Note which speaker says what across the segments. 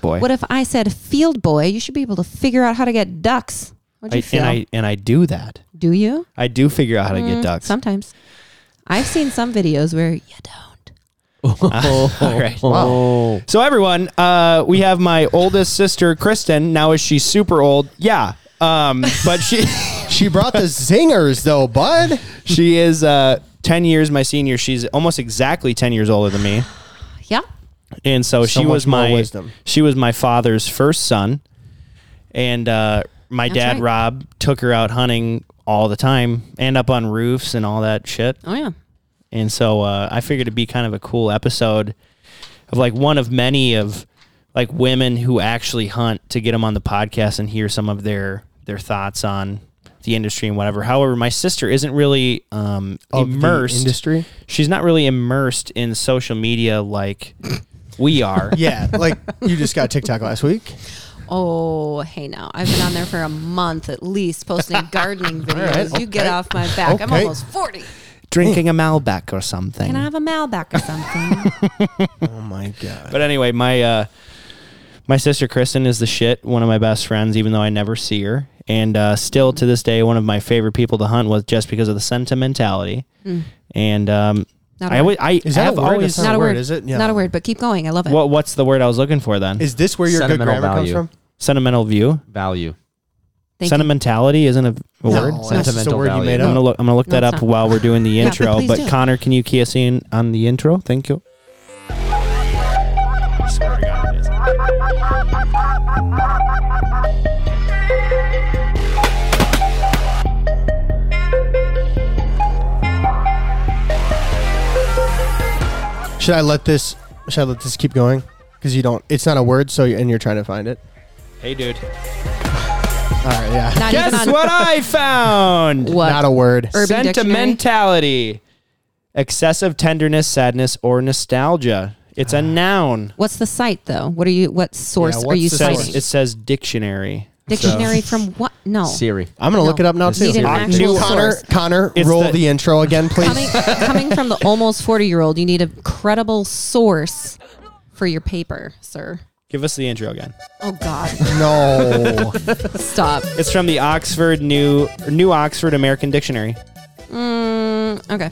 Speaker 1: boy.
Speaker 2: What if I said field boy? You should be able to figure out how to get ducks. Would you
Speaker 1: I,
Speaker 2: feel? Mm,
Speaker 1: and I and I do that.
Speaker 2: Do you?
Speaker 1: I do figure out how to get ducks.
Speaker 2: Sometimes. I've seen some videos where you don't.
Speaker 1: All right. So everyone, uh, we have my oldest sister Kristen. Now is she super old? Yeah. Um, but she
Speaker 3: She brought the zingers though, bud.
Speaker 1: she is uh, ten years my senior. She's almost exactly ten years older than me.
Speaker 2: Yeah.
Speaker 1: and so, she
Speaker 3: much
Speaker 1: was
Speaker 3: more
Speaker 1: my
Speaker 3: wisdom.
Speaker 1: she was my father's first son and uh, my dad
Speaker 2: right.
Speaker 1: rob took her out hunting all the time and up on roofs and all that shit
Speaker 2: Oh yeah.
Speaker 1: and so uh, i figured it'd be kind of a cool episode of like one of many of like women who actually hunt to get them on the podcast and hear some of their their thoughts on the industry and whatever however my sister isn't really um,
Speaker 3: Of the
Speaker 1: immersed
Speaker 3: industry?
Speaker 1: she's not really immersed in social media like we are
Speaker 3: Yeah, like you just got TikTok last week.
Speaker 2: Oh, hey now. I've been on there for a month at least posting gardening videos.
Speaker 3: right,
Speaker 2: You get
Speaker 3: okay.
Speaker 2: off my back. I'm
Speaker 3: Okay.
Speaker 2: almost 40.
Speaker 1: drinking a Malbec or something.
Speaker 2: Can I have a Malbec or something?
Speaker 3: Oh my god.
Speaker 1: but anyway, my uh, my sister Kristen is the shit. One of my best friends, even though I never see her, and uh, still to this day, one of my favorite people to hunt with, just because of the sentimentality. And um,
Speaker 2: Hmm. Not a
Speaker 1: I,
Speaker 2: word.
Speaker 1: always, I
Speaker 3: Is that a
Speaker 1: have
Speaker 3: word?
Speaker 1: always.
Speaker 3: That's
Speaker 2: Not a word,
Speaker 3: is it? Yeah.
Speaker 2: Not a word, but keep going. I love it.
Speaker 1: What, what's the word I was looking for then?
Speaker 3: Is this where your good
Speaker 4: Sentimental
Speaker 3: grammar
Speaker 4: value.
Speaker 3: comes from?
Speaker 1: sentimental view.
Speaker 4: Value.
Speaker 2: Thank you.
Speaker 1: Sentimentality isn't a, a word.
Speaker 3: No, that's just a
Speaker 4: Sentimental
Speaker 3: word you
Speaker 4: value.
Speaker 3: made
Speaker 1: I'm gonna
Speaker 3: up.
Speaker 1: look. I'm gonna look
Speaker 2: No,
Speaker 1: that
Speaker 2: it's
Speaker 1: up
Speaker 2: not.
Speaker 1: while we're doing the
Speaker 2: Yeah, but
Speaker 1: intro.
Speaker 2: please
Speaker 1: but
Speaker 2: do.
Speaker 1: Connor, can you key us in on the intro? Thank you.
Speaker 3: Should I let this? Should I let this keep going? Because you don't. It's not a word. So and you're trying to find it.
Speaker 1: Hey, dude.
Speaker 3: All right. Yeah.
Speaker 2: Not even
Speaker 1: Guess
Speaker 2: on-
Speaker 1: what I found?
Speaker 2: What?
Speaker 3: Not a word.
Speaker 2: Urban
Speaker 1: Sentimentality. Excessive tenderness, sadness, or nostalgia. It's a noun.
Speaker 2: What's the site though? What are you? What source
Speaker 3: Yeah,
Speaker 2: are you
Speaker 3: what's
Speaker 1: Says-
Speaker 3: the
Speaker 2: citing?
Speaker 3: source? uh,
Speaker 1: it says dictionary.
Speaker 2: Dictionary from what? No.
Speaker 4: Siri.
Speaker 3: I'm gonna look
Speaker 2: No.
Speaker 3: it up now
Speaker 2: You
Speaker 3: too.
Speaker 2: need an
Speaker 1: I
Speaker 2: actual
Speaker 1: knew-
Speaker 3: Connor,
Speaker 2: source.
Speaker 3: Connor,
Speaker 1: It's
Speaker 3: roll
Speaker 1: the-
Speaker 3: the, intro again, please.
Speaker 2: Coming, coming from the almost forty-year-old, you need a credible source for your paper, sir.
Speaker 1: Give us the intro again.
Speaker 2: Oh God,
Speaker 3: no.
Speaker 2: stop.
Speaker 1: It's from the Oxford New New Oxford American Dictionary.
Speaker 2: Mm, okay.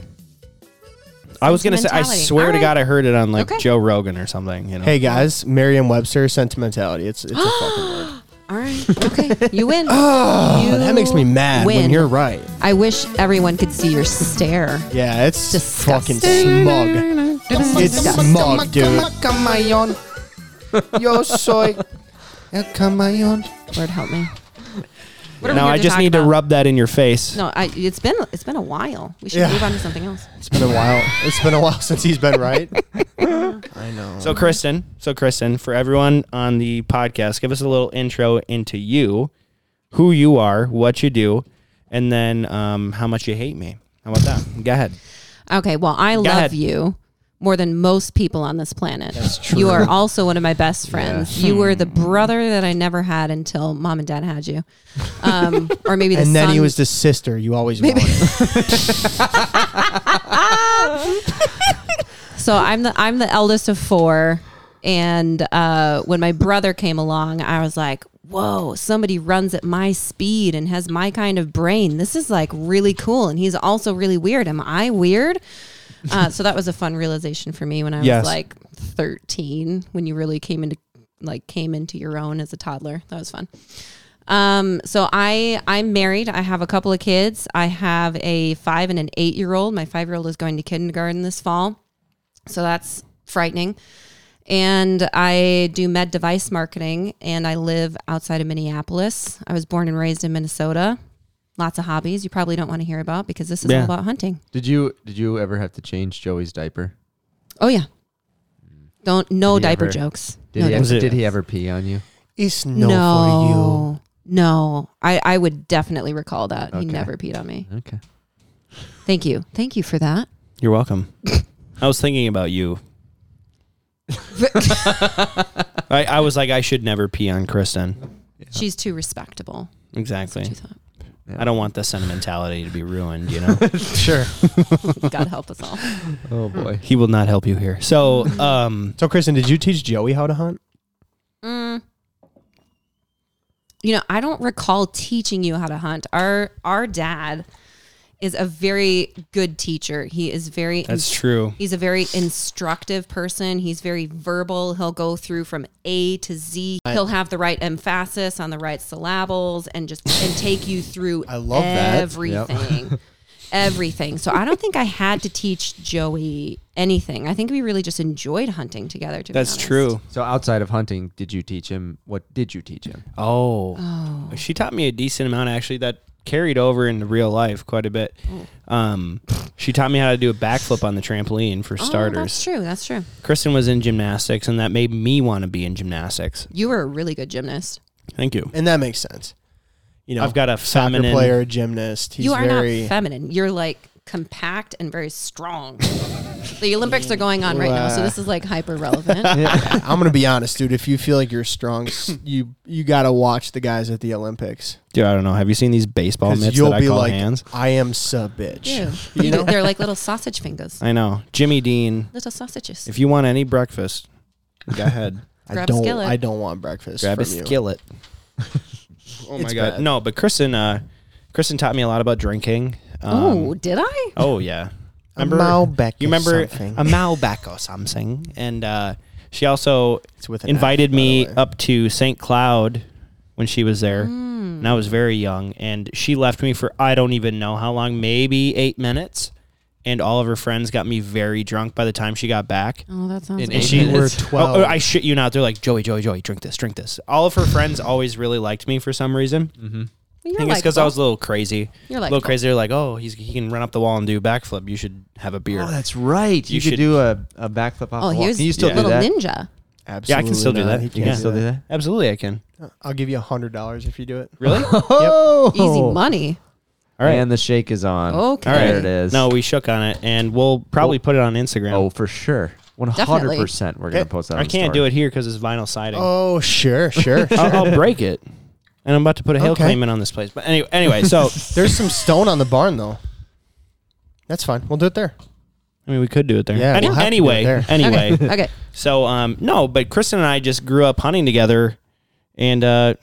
Speaker 1: I was gonna say. I
Speaker 2: Sentimentality.
Speaker 1: swear to
Speaker 2: All
Speaker 1: God, I heard it on like
Speaker 2: Okay.
Speaker 1: Joe Rogan or something. You know.
Speaker 3: hey guys, Merriam-Webster sentimentality. It's it's a fucking word.
Speaker 2: All right. Okay. You win. You
Speaker 3: That makes me mad
Speaker 2: win.
Speaker 3: when you're right.
Speaker 2: I wish everyone could see your stare.
Speaker 3: Yeah, it's
Speaker 2: Disgusting.
Speaker 3: fucking smug. It's smug, dude. Yo soy.
Speaker 2: Lord help me. What are we
Speaker 1: Now
Speaker 2: here
Speaker 1: I just
Speaker 2: talk
Speaker 1: need to
Speaker 2: about?
Speaker 1: rub that in your face.
Speaker 2: No, I, it's been it's been a while. We should
Speaker 3: Yeah.
Speaker 2: move on to something else.
Speaker 3: It's been a while. It's been a while since he's been right.
Speaker 1: So Kristen, so Kristen, for everyone on the podcast, give us a little intro into you, who you are, what you do, and then um, how much you hate me. How about that? Go ahead.
Speaker 2: Okay, well, I love
Speaker 1: ahead.
Speaker 2: you more than most people on this planet. That's true. You are also one of my best friends. You were the brother that I never had until mom and dad had you, um, or maybe the
Speaker 3: And then he
Speaker 2: son-
Speaker 3: was the sister you always wanted.
Speaker 2: So I'm the I'm the eldest of four, and uh, when my brother came along, I was like, "Whoa! Somebody runs at my speed and has my kind of brain. This is like really cool." And he's also really weird. Am I weird? Uh, so that was a fun realization for me when I was
Speaker 1: Yes.
Speaker 2: like 13, when you really came into like came into your own as a toddler. That was fun. Um, so I I'm married. I have a couple of kids. I have a five and an eight year old. My five year old is going to kindergarten this fall. So that's frightening. And I do med device marketing and I live outside of Minneapolis. I was born and raised in Minnesota. Lots of hobbies you probably don't want to hear about because this is
Speaker 1: Yeah.
Speaker 2: all about hunting.
Speaker 4: Did you did you ever have to change Joey's diaper?
Speaker 2: Oh yeah. Don't no
Speaker 4: Did he
Speaker 2: diaper
Speaker 4: ever-
Speaker 2: jokes.
Speaker 4: Did
Speaker 2: no
Speaker 4: he
Speaker 2: diaper
Speaker 4: ever,
Speaker 1: Was it-
Speaker 4: did he ever pee on you?
Speaker 3: It's no,
Speaker 2: jokes.
Speaker 3: for you.
Speaker 2: no. No. I, I would definitely recall that. He
Speaker 4: Okay.
Speaker 2: never peed on me.
Speaker 4: Okay.
Speaker 2: Thank you. Thank you for that.
Speaker 1: You're welcome. I was thinking about you. I, I was like, I should never pee on Kristen.
Speaker 2: She's too respectable.
Speaker 1: Exactly.
Speaker 2: She thought.
Speaker 1: I don't want the sentimentality to be ruined, you know?
Speaker 3: Sure.
Speaker 2: God help us all.
Speaker 4: Oh boy.
Speaker 1: he will not help you here. So, um,
Speaker 3: So, Kristen, did you teach Joey how to hunt?
Speaker 2: you know, I don't recall teaching you how to hunt. Our our dad is a very good teacher. He is very
Speaker 1: That's true.
Speaker 2: He's a very instructive person. He's very verbal. He'll go through from A to Z. He'll have the right emphasis on the right syllables and just and take you through I
Speaker 3: love that. Yep.
Speaker 2: everything. everything. So I don't think I had to teach Joey anything. I think we really just enjoyed hunting together to be
Speaker 1: That's
Speaker 2: honest.
Speaker 1: true.
Speaker 4: So outside of hunting, did you teach him? What did you teach him?
Speaker 1: Oh. She taught me a decent amount actually that carried over into real life quite a bit.
Speaker 2: Oh.
Speaker 1: Um, she taught me how to do a backflip on the trampoline for
Speaker 2: Oh, that's
Speaker 1: starters.
Speaker 2: true. That's true.
Speaker 1: Kristen was in gymnastics and that made me want to be in gymnastics.
Speaker 2: You were a really good gymnast.
Speaker 1: Thank you.
Speaker 3: and that makes sense. You know,
Speaker 1: I've got a
Speaker 3: soccer
Speaker 1: feminine
Speaker 3: player, a gymnast. He's
Speaker 2: you are
Speaker 3: very
Speaker 2: not feminine. You're like compact and very strong. the Olympics are going on right now, so this is like hyper relevant.
Speaker 3: I'm gonna be honest, dude. If you feel like you're strong, s- you you gotta watch the guys at the Olympics.
Speaker 1: Dude, I don't know. Have you seen these baseball mitts
Speaker 3: you'll
Speaker 1: that I
Speaker 3: be
Speaker 1: call
Speaker 3: like,
Speaker 1: hands?
Speaker 3: I am sub bitch.
Speaker 2: Ew.
Speaker 3: You know?
Speaker 2: They're like little sausage fingers,
Speaker 1: I know. Jimmy Dean,
Speaker 2: little sausages.
Speaker 1: if you want any breakfast, go ahead.
Speaker 3: I
Speaker 2: Grab a
Speaker 3: don't.
Speaker 2: skillet.
Speaker 3: I don't want breakfast.
Speaker 1: Grab a
Speaker 3: from you.
Speaker 1: skillet. oh my
Speaker 3: It's
Speaker 1: god.
Speaker 3: bad.
Speaker 1: No, but Kristen uh Kristen taught me a lot about drinking. Um,
Speaker 2: oh, did I?
Speaker 1: Oh yeah.
Speaker 3: A Malbec
Speaker 1: you
Speaker 3: or
Speaker 1: remember
Speaker 3: something.
Speaker 1: a Malbec or something? And uh, she also
Speaker 3: It's with an
Speaker 1: invited
Speaker 3: F, by
Speaker 1: me
Speaker 3: the way.
Speaker 1: up to St. Cloud when she was there,
Speaker 3: Hmm.
Speaker 1: and I was very young. And she left me for I don't even know how long, maybe eight minutes. And all of her friends got me very drunk by the time she got back.
Speaker 2: Oh, that sounds.
Speaker 4: In
Speaker 2: good.
Speaker 4: eight
Speaker 1: She
Speaker 3: were
Speaker 4: minutes.
Speaker 1: Oh,
Speaker 3: 12.
Speaker 1: oh, I shit you not. They're like Joey, Joey, Joey, drink this, drink this. All of her friends always really liked me for some reason.
Speaker 3: Mm-hmm.
Speaker 2: You're
Speaker 1: I think it's because I
Speaker 2: likable.
Speaker 1: was a little crazy.
Speaker 2: You're
Speaker 1: a little
Speaker 2: likable.
Speaker 1: crazy. They're like, oh, he's, he can run up the wall and do a backflip. You should have a beer.
Speaker 4: Oh, that's right. You,
Speaker 1: You
Speaker 4: could
Speaker 1: should-
Speaker 4: do a, a backflip off.
Speaker 2: Oh,
Speaker 4: the wall.
Speaker 2: here's
Speaker 4: Can you still
Speaker 1: Yeah.
Speaker 4: do
Speaker 2: little
Speaker 4: that?
Speaker 2: ninja.
Speaker 3: Absolutely
Speaker 1: yeah, I can still do
Speaker 3: not.
Speaker 1: that.
Speaker 3: He
Speaker 1: You
Speaker 3: can't
Speaker 1: can
Speaker 3: do
Speaker 1: still
Speaker 3: that.
Speaker 1: Absolutely, I can.
Speaker 3: I'll give you a hundred dollars if you do it.
Speaker 1: Really? All
Speaker 4: Oh,
Speaker 2: Easy money.
Speaker 1: right.
Speaker 4: And the shake is on.
Speaker 2: Okay.
Speaker 1: All right.
Speaker 4: There it is.
Speaker 1: No, we shook on it, and we'll probably put it on Instagram.
Speaker 4: Oh, for sure. One hundred percent. We're gonna
Speaker 3: Okay.
Speaker 4: post that.
Speaker 1: I can't do it here because it's vinyl siding.
Speaker 3: Oh sure, sure. sure.
Speaker 1: I'll, I'll break it, and I'm about to put a hail
Speaker 3: Okay.
Speaker 1: claim in on this place. But anyway, anyway, so
Speaker 3: There's some stone on the barn though. That's fine. We'll do it there.
Speaker 1: I mean, we could do it there.
Speaker 3: Yeah,
Speaker 1: Any-
Speaker 3: we'll have to do it
Speaker 1: anyway,
Speaker 3: there.
Speaker 1: anyway.
Speaker 2: Okay. okay.
Speaker 1: So um, no, but Kristen and I just grew up hunting together, and uh,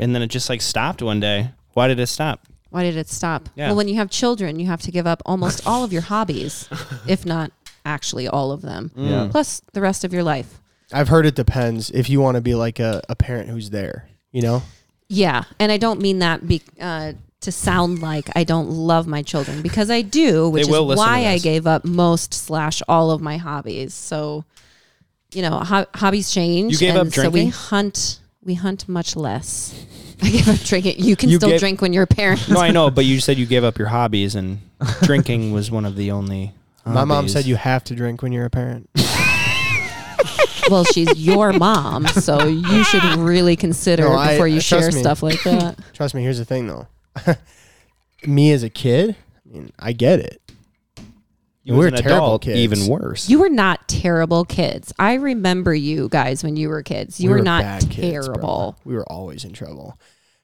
Speaker 1: and then it just like stopped one day. Why did it stop?
Speaker 2: Why did it stop?
Speaker 1: Yeah.
Speaker 2: Well, when you have children, you have to give up almost all of your hobbies, if not actually all of them,
Speaker 4: Yeah.
Speaker 2: plus the rest of your life.
Speaker 3: I've heard it depends if you want to be like a, a parent who's there. You know,
Speaker 2: Yeah, and I don't mean that be, uh, to sound like I don't love my children because I do, which
Speaker 1: will
Speaker 2: is
Speaker 1: listen to
Speaker 2: why I
Speaker 1: this.
Speaker 2: gave up most slash all of my hobbies. So, you know, ho- hobbies change.
Speaker 1: You gave
Speaker 2: and
Speaker 1: up
Speaker 2: so we
Speaker 1: drinking?
Speaker 2: hunt. We hunt much less. I gave up drinking. You can
Speaker 1: You
Speaker 2: still
Speaker 1: gave-
Speaker 2: drink when you're a parent.
Speaker 1: No, I know, but you said you gave up your hobbies, and drinking was one of the only.
Speaker 3: my mom
Speaker 1: hobbies.
Speaker 3: said you have to drink when you're a parent.
Speaker 2: well, she's your mom, so you should really consider
Speaker 3: No,
Speaker 2: it
Speaker 3: I-
Speaker 2: before you
Speaker 3: trust
Speaker 2: share
Speaker 3: me.
Speaker 2: stuff like that.
Speaker 3: Trust me. Here's the thing though. me as a kid, I mean, I get it.
Speaker 1: you
Speaker 3: We're
Speaker 1: were
Speaker 3: terrible
Speaker 1: terrible.
Speaker 3: kids.
Speaker 1: Even worse.
Speaker 2: You were not terrible kids. I remember you guys when you were kids. You
Speaker 3: We
Speaker 2: were, not
Speaker 3: bad kids, bro.
Speaker 2: terrible.
Speaker 3: we were always in trouble.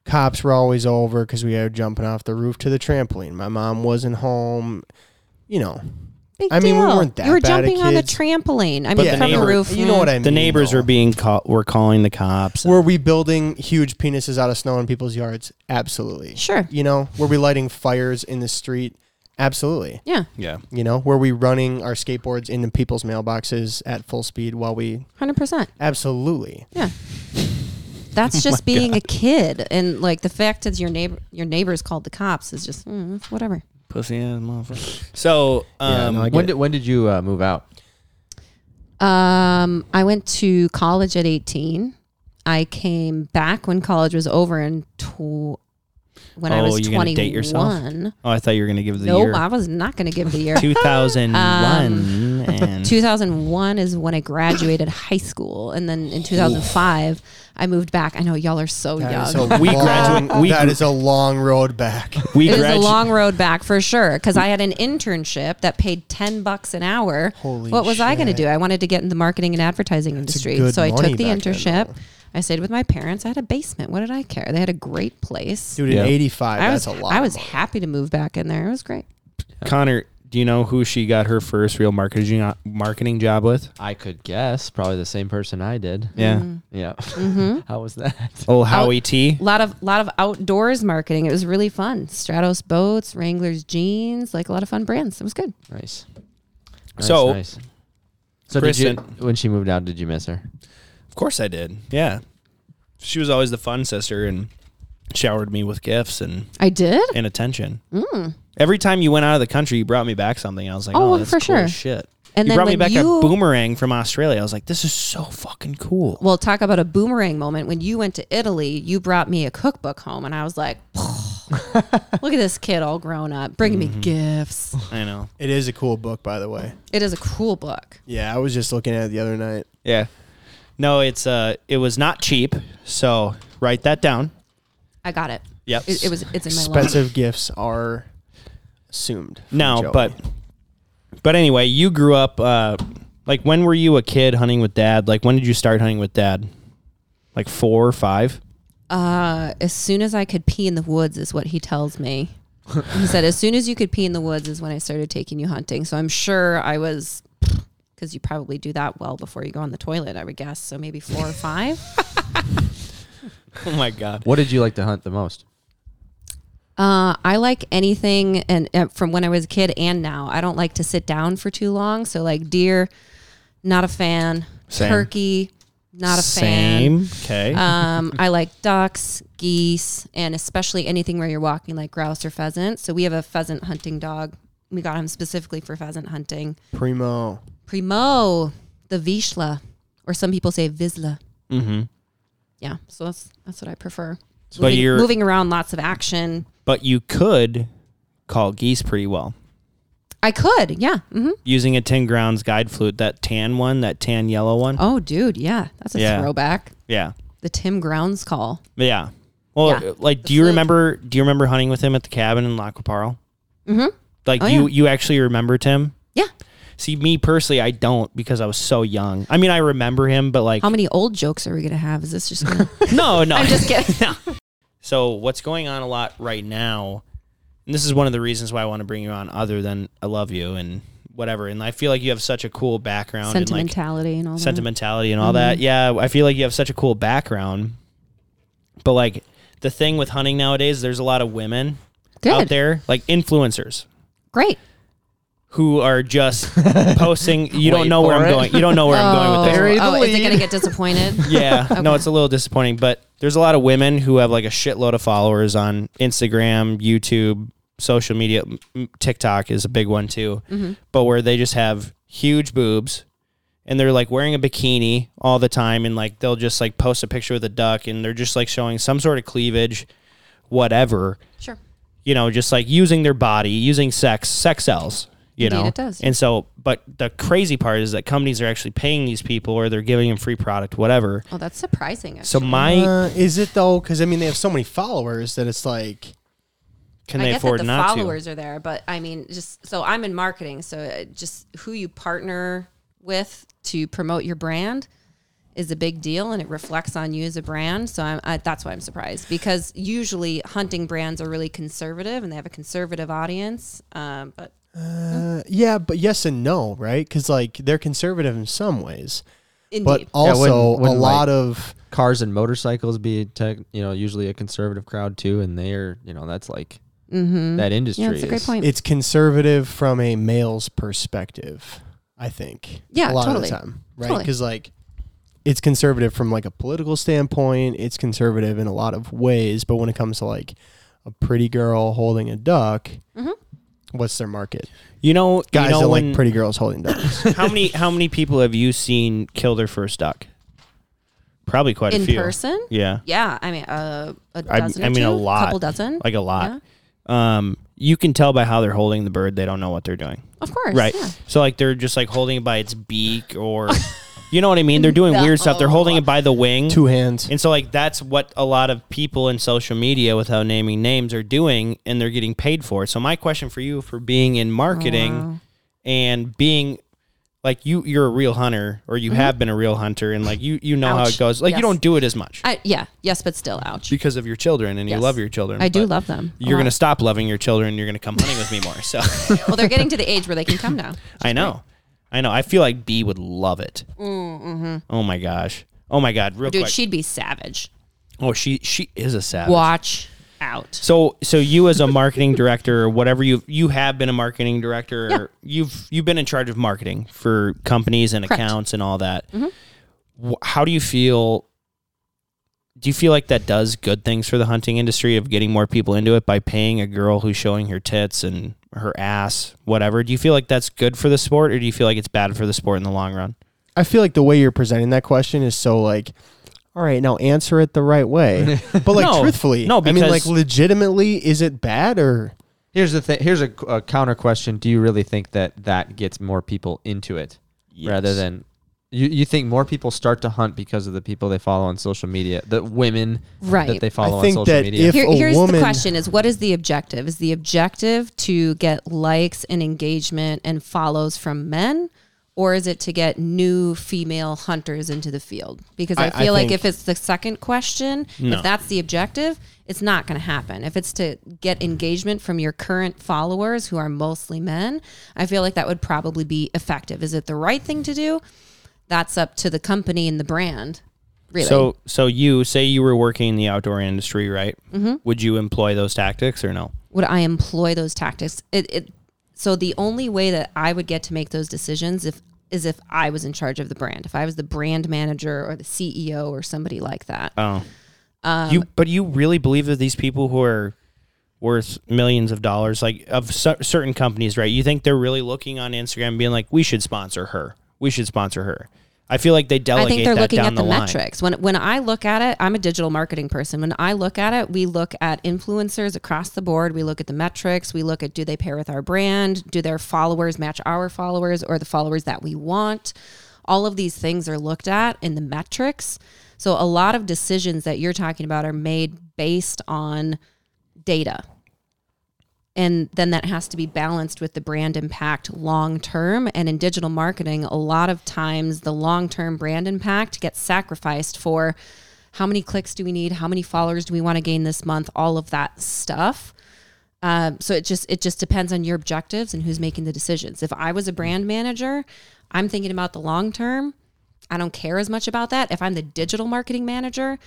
Speaker 3: Cops were always over because we were jumping off the roof to the trampoline. My mom wasn't home. You know,
Speaker 2: Big
Speaker 3: I mean, we
Speaker 2: deal.
Speaker 3: weren't that
Speaker 2: You were
Speaker 3: bad at
Speaker 2: jumping on the
Speaker 3: kids.
Speaker 2: trampoline. I mean,
Speaker 1: the
Speaker 2: from the
Speaker 1: neighbor-
Speaker 2: roof.
Speaker 3: You know what I mean?
Speaker 1: the neighbors
Speaker 3: though.
Speaker 1: were being call, were calling the cops.
Speaker 3: Mm. Were we building huge penises out of snow in people's yards? Absolutely.
Speaker 2: Sure.
Speaker 3: You know, were we lighting fires in the street? Absolutely.
Speaker 2: Yeah,
Speaker 1: yeah.
Speaker 3: You know, were we running our skateboards into people's mailboxes at full speed while we?
Speaker 2: hundred percent.
Speaker 3: Absolutely.
Speaker 2: Yeah.
Speaker 3: Oh
Speaker 2: That's just being a kid, and like the fact that your neighbor your neighbors called the cops is just mm, whatever.
Speaker 1: Pussy ass motherfucker. So,
Speaker 3: Yeah,
Speaker 1: um,
Speaker 3: no, I get
Speaker 4: When
Speaker 3: it.
Speaker 4: did when did you uh, move out?
Speaker 2: Um, I went to college at eighteen. I came back when college was over and tw- when I
Speaker 1: Oh,
Speaker 2: was
Speaker 1: you're gonna
Speaker 2: twenty
Speaker 1: date yourself?
Speaker 2: one.
Speaker 1: oh, I thought you were gonna give the
Speaker 2: No,
Speaker 1: year
Speaker 2: I was not going to give the year.
Speaker 1: 2001
Speaker 2: um,
Speaker 1: and
Speaker 2: 2001 is when I graduated high school, and then in 2005 I moved back. I know y'all are so
Speaker 3: That is
Speaker 2: young.
Speaker 3: a
Speaker 1: We
Speaker 3: long-
Speaker 1: graduate- we
Speaker 3: that
Speaker 1: gr-
Speaker 3: is a long road back.
Speaker 1: we
Speaker 2: It was a
Speaker 1: gradu-
Speaker 2: long road back for sure because I had an internship that paid 10 bucks an hour.
Speaker 3: Holy
Speaker 2: what was I going to
Speaker 3: shit.
Speaker 2: do? I wanted to get in the marketing and advertising industry.
Speaker 3: good
Speaker 2: So I
Speaker 3: money
Speaker 2: took the
Speaker 3: back then,
Speaker 2: internship.
Speaker 3: though.
Speaker 2: I stayed with my parents. I had a basement. What did I care? They had a great place.
Speaker 3: Dude,
Speaker 4: Yeah.
Speaker 3: in '85,
Speaker 2: I was
Speaker 3: that's a lot.
Speaker 2: I
Speaker 3: of
Speaker 2: was
Speaker 3: money.
Speaker 2: happy to move back in there. It was great.
Speaker 1: Connor, Do you know who she got her first real marketing marketing job with?
Speaker 4: I could guess probably the same person I did.
Speaker 1: Yeah.
Speaker 2: Mm.
Speaker 4: Yeah.
Speaker 2: Mm-hmm.
Speaker 4: How was that?
Speaker 1: Oh, Howie T.
Speaker 2: A lot of lot of outdoors marketing. It was really fun. Stratos boats, Wranglers jeans, like a lot of fun brands. It was good.
Speaker 4: Nice.
Speaker 1: So-
Speaker 4: nice. so did you,
Speaker 1: Kristen-
Speaker 4: when she moved out, did you miss her?
Speaker 1: Of course I did. Yeah. She was always the fun sister and showered me with gifts and,
Speaker 2: I did.
Speaker 1: and attention.
Speaker 2: Mm.
Speaker 1: Every time you went out of the country, you brought me back something. And I was like,
Speaker 2: Oh,
Speaker 1: oh,
Speaker 2: well,
Speaker 1: that's
Speaker 2: for
Speaker 1: cool as
Speaker 2: sure.
Speaker 1: shit.
Speaker 2: And
Speaker 1: you
Speaker 2: then
Speaker 1: brought me
Speaker 2: when
Speaker 1: back
Speaker 2: you-
Speaker 1: a boomerang from Australia. I was like, this is so fucking cool.
Speaker 2: Well, talk about a boomerang moment. When you went to Italy, you brought me a cookbook home, and I was like, "Look at this kid all grown up, bringing me gifts."
Speaker 1: I know.
Speaker 3: It is a cool book, by the way.
Speaker 2: It is a cool book.
Speaker 3: Yeah, I was just looking at it the other night.
Speaker 1: Yeah. No, it's uh it was not cheap. So write that down.
Speaker 2: I got it.
Speaker 1: Yep.
Speaker 2: It, it was. It's in my
Speaker 3: Expensive gifts are assumed. from
Speaker 1: No,
Speaker 3: Joey.
Speaker 1: but but anyway, you grew up uh like when were you a kid hunting with dad? Like when did you start hunting with dad? Like four or five?
Speaker 2: Uh, as soon as I could pee in the woods is what he tells me. he said, as soon as you could pee in the woods is when I started taking you hunting. So I'm sure I was, because you probably do that well before you go on the toilet, I would guess. So maybe four or five.
Speaker 1: Oh my god.
Speaker 4: What did you like to hunt the most?
Speaker 2: Uh, I like anything, and uh, from when I was a kid and now, I don't like to sit down for too long. So like deer, not a fan.
Speaker 1: Same.
Speaker 2: Turkey, not a fan.
Speaker 1: Same. Okay.
Speaker 2: um, I like ducks, geese, and especially anything where you're walking, like grouse or pheasant. So we have a pheasant hunting dog. We got him specifically for pheasant hunting.
Speaker 3: primo.
Speaker 2: Primo, the Vizsla, or some people say Vizsla.
Speaker 1: mm-hmm.
Speaker 2: Yeah, so that's that's what I prefer.
Speaker 1: But
Speaker 2: Moving,
Speaker 1: you're-
Speaker 2: moving around, lots of action.
Speaker 1: But you could call geese pretty well.
Speaker 2: I could, yeah. hmm
Speaker 1: Using a tin grounds guide flute, that tan one, that tan yellow one.
Speaker 2: Oh, dude, yeah, that's a
Speaker 1: Yeah.
Speaker 2: throwback.
Speaker 1: Yeah.
Speaker 2: The Tim Grounds call.
Speaker 1: Yeah. Well,
Speaker 2: Yeah.
Speaker 1: like, do
Speaker 2: The
Speaker 1: you
Speaker 2: flute.
Speaker 1: remember? Do you remember hunting with him at the cabin in La Caparo?
Speaker 2: Mhm.
Speaker 1: Like
Speaker 2: Oh,
Speaker 1: you,
Speaker 2: yeah.
Speaker 1: you actually remembered him?
Speaker 2: Yeah.
Speaker 1: See, me personally, I don't because I was so young. I mean, I remember him, but like,
Speaker 2: How many old jokes are we gonna have? Is this just? Gonna...
Speaker 1: no, no.
Speaker 2: I'm just kidding.
Speaker 1: so what's going on a lot right now, and this is one of the reasons why I want to bring you on, other than I love you and whatever. And I feel like you have such a cool background and like
Speaker 2: Sentimentality and all that.
Speaker 1: sentimentality and all
Speaker 2: Mm-hmm.
Speaker 1: that. Yeah, I feel like you have such a cool background. But like the thing with hunting nowadays, there's a lot of women out
Speaker 2: Good,
Speaker 1: there, like influencers,
Speaker 2: great.
Speaker 1: who are just posting. You
Speaker 4: Wait
Speaker 1: don't know where
Speaker 4: for
Speaker 1: I'm
Speaker 4: it.
Speaker 1: going. You don't know where I'm going with this.
Speaker 4: Bury the
Speaker 2: Oh, is it
Speaker 4: lead.
Speaker 2: going to get disappointed?
Speaker 1: Yeah, no, it's a little disappointing. But there's a lot of women who have like a shitload of followers on Instagram, YouTube, social media. M- m- TikTok is a big one too.
Speaker 2: Mm-hmm.
Speaker 1: But where they just have huge boobs. And they're like wearing a bikini all the time, and like they'll just like post a picture with a duck, and they're just like showing some sort of cleavage, whatever.
Speaker 2: sure.
Speaker 1: you know, just like using their body, using sex, sex sells, you
Speaker 2: Indeed,
Speaker 1: know.
Speaker 2: it does.
Speaker 1: And so, but the crazy part is that companies are actually paying these people or they're giving them free product, whatever.
Speaker 2: Oh, that's surprising.
Speaker 1: So
Speaker 2: Actually.
Speaker 1: my
Speaker 3: Uh, is it though? Because I mean, they have so many followers that it's like
Speaker 1: can
Speaker 2: I
Speaker 1: they
Speaker 2: get
Speaker 1: afford
Speaker 2: that the
Speaker 1: not
Speaker 2: followers are there, but I mean, just so I'm in marketing, so uh, just who you partner with to promote your brand is a big deal, and it reflects on you as a brand. So I'm I, that's why I'm surprised because usually hunting brands are really conservative and they have a conservative audience, um, but
Speaker 3: Uh, yeah, but yes and no, right? Because like they're conservative in some ways, but
Speaker 2: indeed.
Speaker 3: also
Speaker 4: wouldn't- wouldn't,
Speaker 3: a
Speaker 4: like-
Speaker 3: lot of
Speaker 4: Cars and motorcycles be tech, you know usually a conservative crowd too, and they're you know that's like
Speaker 2: mm-hmm.
Speaker 4: that industry.
Speaker 2: Yeah, that's a great
Speaker 4: is-
Speaker 2: point.
Speaker 3: it's conservative from a male's perspective. I think.
Speaker 2: Yeah,
Speaker 3: a lot
Speaker 2: totally.
Speaker 3: of the time, right?
Speaker 2: Totally.
Speaker 3: Because like it's conservative from like a political standpoint. It's conservative in a lot of ways, but when it comes to like a pretty girl holding a duck,
Speaker 2: Mhm.
Speaker 3: what's their market?
Speaker 1: You know,
Speaker 3: Guys
Speaker 1: you know
Speaker 3: that
Speaker 1: when,
Speaker 3: like pretty girls holding ducks.
Speaker 1: how many how many people have you seen kill their first duck? Probably quite a
Speaker 2: in
Speaker 1: few.
Speaker 2: person.
Speaker 1: Yeah,
Speaker 2: Yeah, I mean, uh, a
Speaker 1: I-
Speaker 2: dozen.
Speaker 1: I
Speaker 2: or
Speaker 1: mean, a
Speaker 2: two?
Speaker 1: lot.
Speaker 2: couple dozen.
Speaker 1: like a lot. Um, you can tell by how they're holding the bird; they don't know what they're doing.
Speaker 2: Of course,
Speaker 1: Right.
Speaker 2: yeah.
Speaker 1: So like they're just like holding it by its beak or you know what I mean? They're doing weird stuff. They're holding it by the wing.
Speaker 3: Two hands.
Speaker 1: And so like that's what a lot of people in social media without naming names are doing and they're getting paid for it. So my question for you for being in marketing
Speaker 2: Wow.
Speaker 1: and being like you you're a real hunter or you have been a real hunter and like you you know how it
Speaker 2: Mm-hmm. Ouch.
Speaker 1: goes. Like you
Speaker 2: Yes.
Speaker 1: don't do it as much
Speaker 2: I, yeah. Yes, but still, ouch.
Speaker 1: because of your children and you
Speaker 2: Yes.
Speaker 1: love your children.
Speaker 2: I do
Speaker 1: but
Speaker 2: love them. a
Speaker 1: You're
Speaker 2: lot.
Speaker 1: gonna stop loving your children. You're gonna come hunting with me more. So
Speaker 2: well, they're getting to the age where they can come now.
Speaker 1: I know, I know. I feel like B would love it. Oh my gosh. Oh my god. Real
Speaker 2: Mm, mm-hmm. Dude,
Speaker 1: quick.
Speaker 2: she'd be savage.
Speaker 1: oh, she she is a savage.
Speaker 2: Watch out.
Speaker 1: So so you as a marketing director or whatever you you have been a marketing director or you've you've been in charge of marketing for companies and
Speaker 2: Correct.
Speaker 1: accounts and all that. Wh- How do you feel do you feel like that does good things for the hunting industry of getting more people into it by paying a girl who's showing her tits and her ass, whatever? Do you feel like that's good for the sport or do you feel like it's bad for the sport in the long run?
Speaker 3: I feel like the way you're presenting that question is so like, all right, now answer it the right way. But like
Speaker 1: No.
Speaker 3: truthfully,
Speaker 1: No,
Speaker 3: I mean like
Speaker 1: because-
Speaker 3: legitimately, is it bad or
Speaker 4: Here's the thing. Here's a, a counter question. Do you really think that that gets more people into it rather
Speaker 1: Yes.
Speaker 4: than you, you think more people start to hunt because of the people they follow on social media, the women
Speaker 2: Right.
Speaker 4: that they follow
Speaker 3: think
Speaker 4: on social
Speaker 3: that
Speaker 4: media?
Speaker 3: if-
Speaker 2: Here,
Speaker 3: a
Speaker 2: here's the
Speaker 3: woman-
Speaker 2: question is what is the objective? Is the objective to get likes and engagement and follows from men? Or is it to get new female hunters into the field? Because I,
Speaker 3: I- I
Speaker 2: feel like
Speaker 3: think-
Speaker 2: if it's the second question,
Speaker 1: No.
Speaker 2: if that's the objective, it's not going to happen. If it's to get engagement from your current followers who are mostly men, I feel like that would probably be effective. Is it the right thing to do? That's up to the company and the brand. Really.
Speaker 1: So so you say you were working in the outdoor industry, right? Mm-hmm. Would you employ those tactics or no?
Speaker 2: would I employ those tactics? It, it so the only way that I would get to make those decisions if is if I was in charge of the brand, if I was the brand manager or the CEO or somebody like that.
Speaker 1: Oh. you but you really believe that these people who are worth millions of dollars like of cer- certain companies, right? You think they're really looking on Instagram and being like we should sponsor her. We should sponsor her. I feel like they
Speaker 2: I
Speaker 1: delegate
Speaker 2: think they're
Speaker 1: that
Speaker 2: looking
Speaker 1: down
Speaker 2: at the,
Speaker 1: the, line.
Speaker 2: metrics. When when I look at it, I'm a digital marketing person. When I look at it, we look at influencers across the board. We look at the metrics. We look at do they pair with our brand? Do their followers match our followers or the followers that we want? All of these things are looked at in the metrics. So a lot of decisions that you're talking about are made based on data and then that has to be balanced with the brand impact long term and in digital marketing a lot of times the long term brand impact gets sacrificed for how many clicks do we need how many followers do we want to gain this month all of that stuff um, so it just it just depends on your objectives and who's making the decisions if i was a brand manager i'm thinking about the long term i don't care as much about that if i'm the digital marketing manager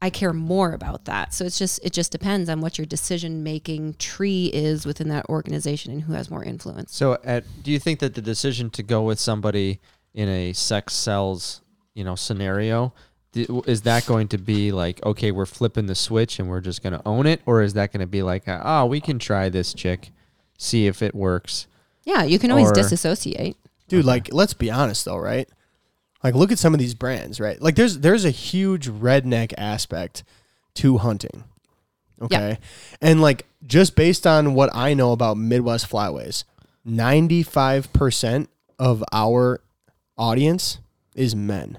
Speaker 2: i care more about that so it's just it just depends on what your decision making tree is within that organization and who has more influence
Speaker 4: so, at, do you think that the decision to go with somebody in a sex sells, you know, scenario? th- Is that going to be like okay, we're flipping the switch and we're just going to own it, or is that going to be like, oh, we can try this chick, see if it works?
Speaker 2: yeah you can always
Speaker 4: Or-
Speaker 2: disassociate
Speaker 3: dude like let's be honest though right like look at some of these brands right like there's there's a huge redneck aspect to hunting okay and like just based on what i know about midwest flyways 95% of our audience is men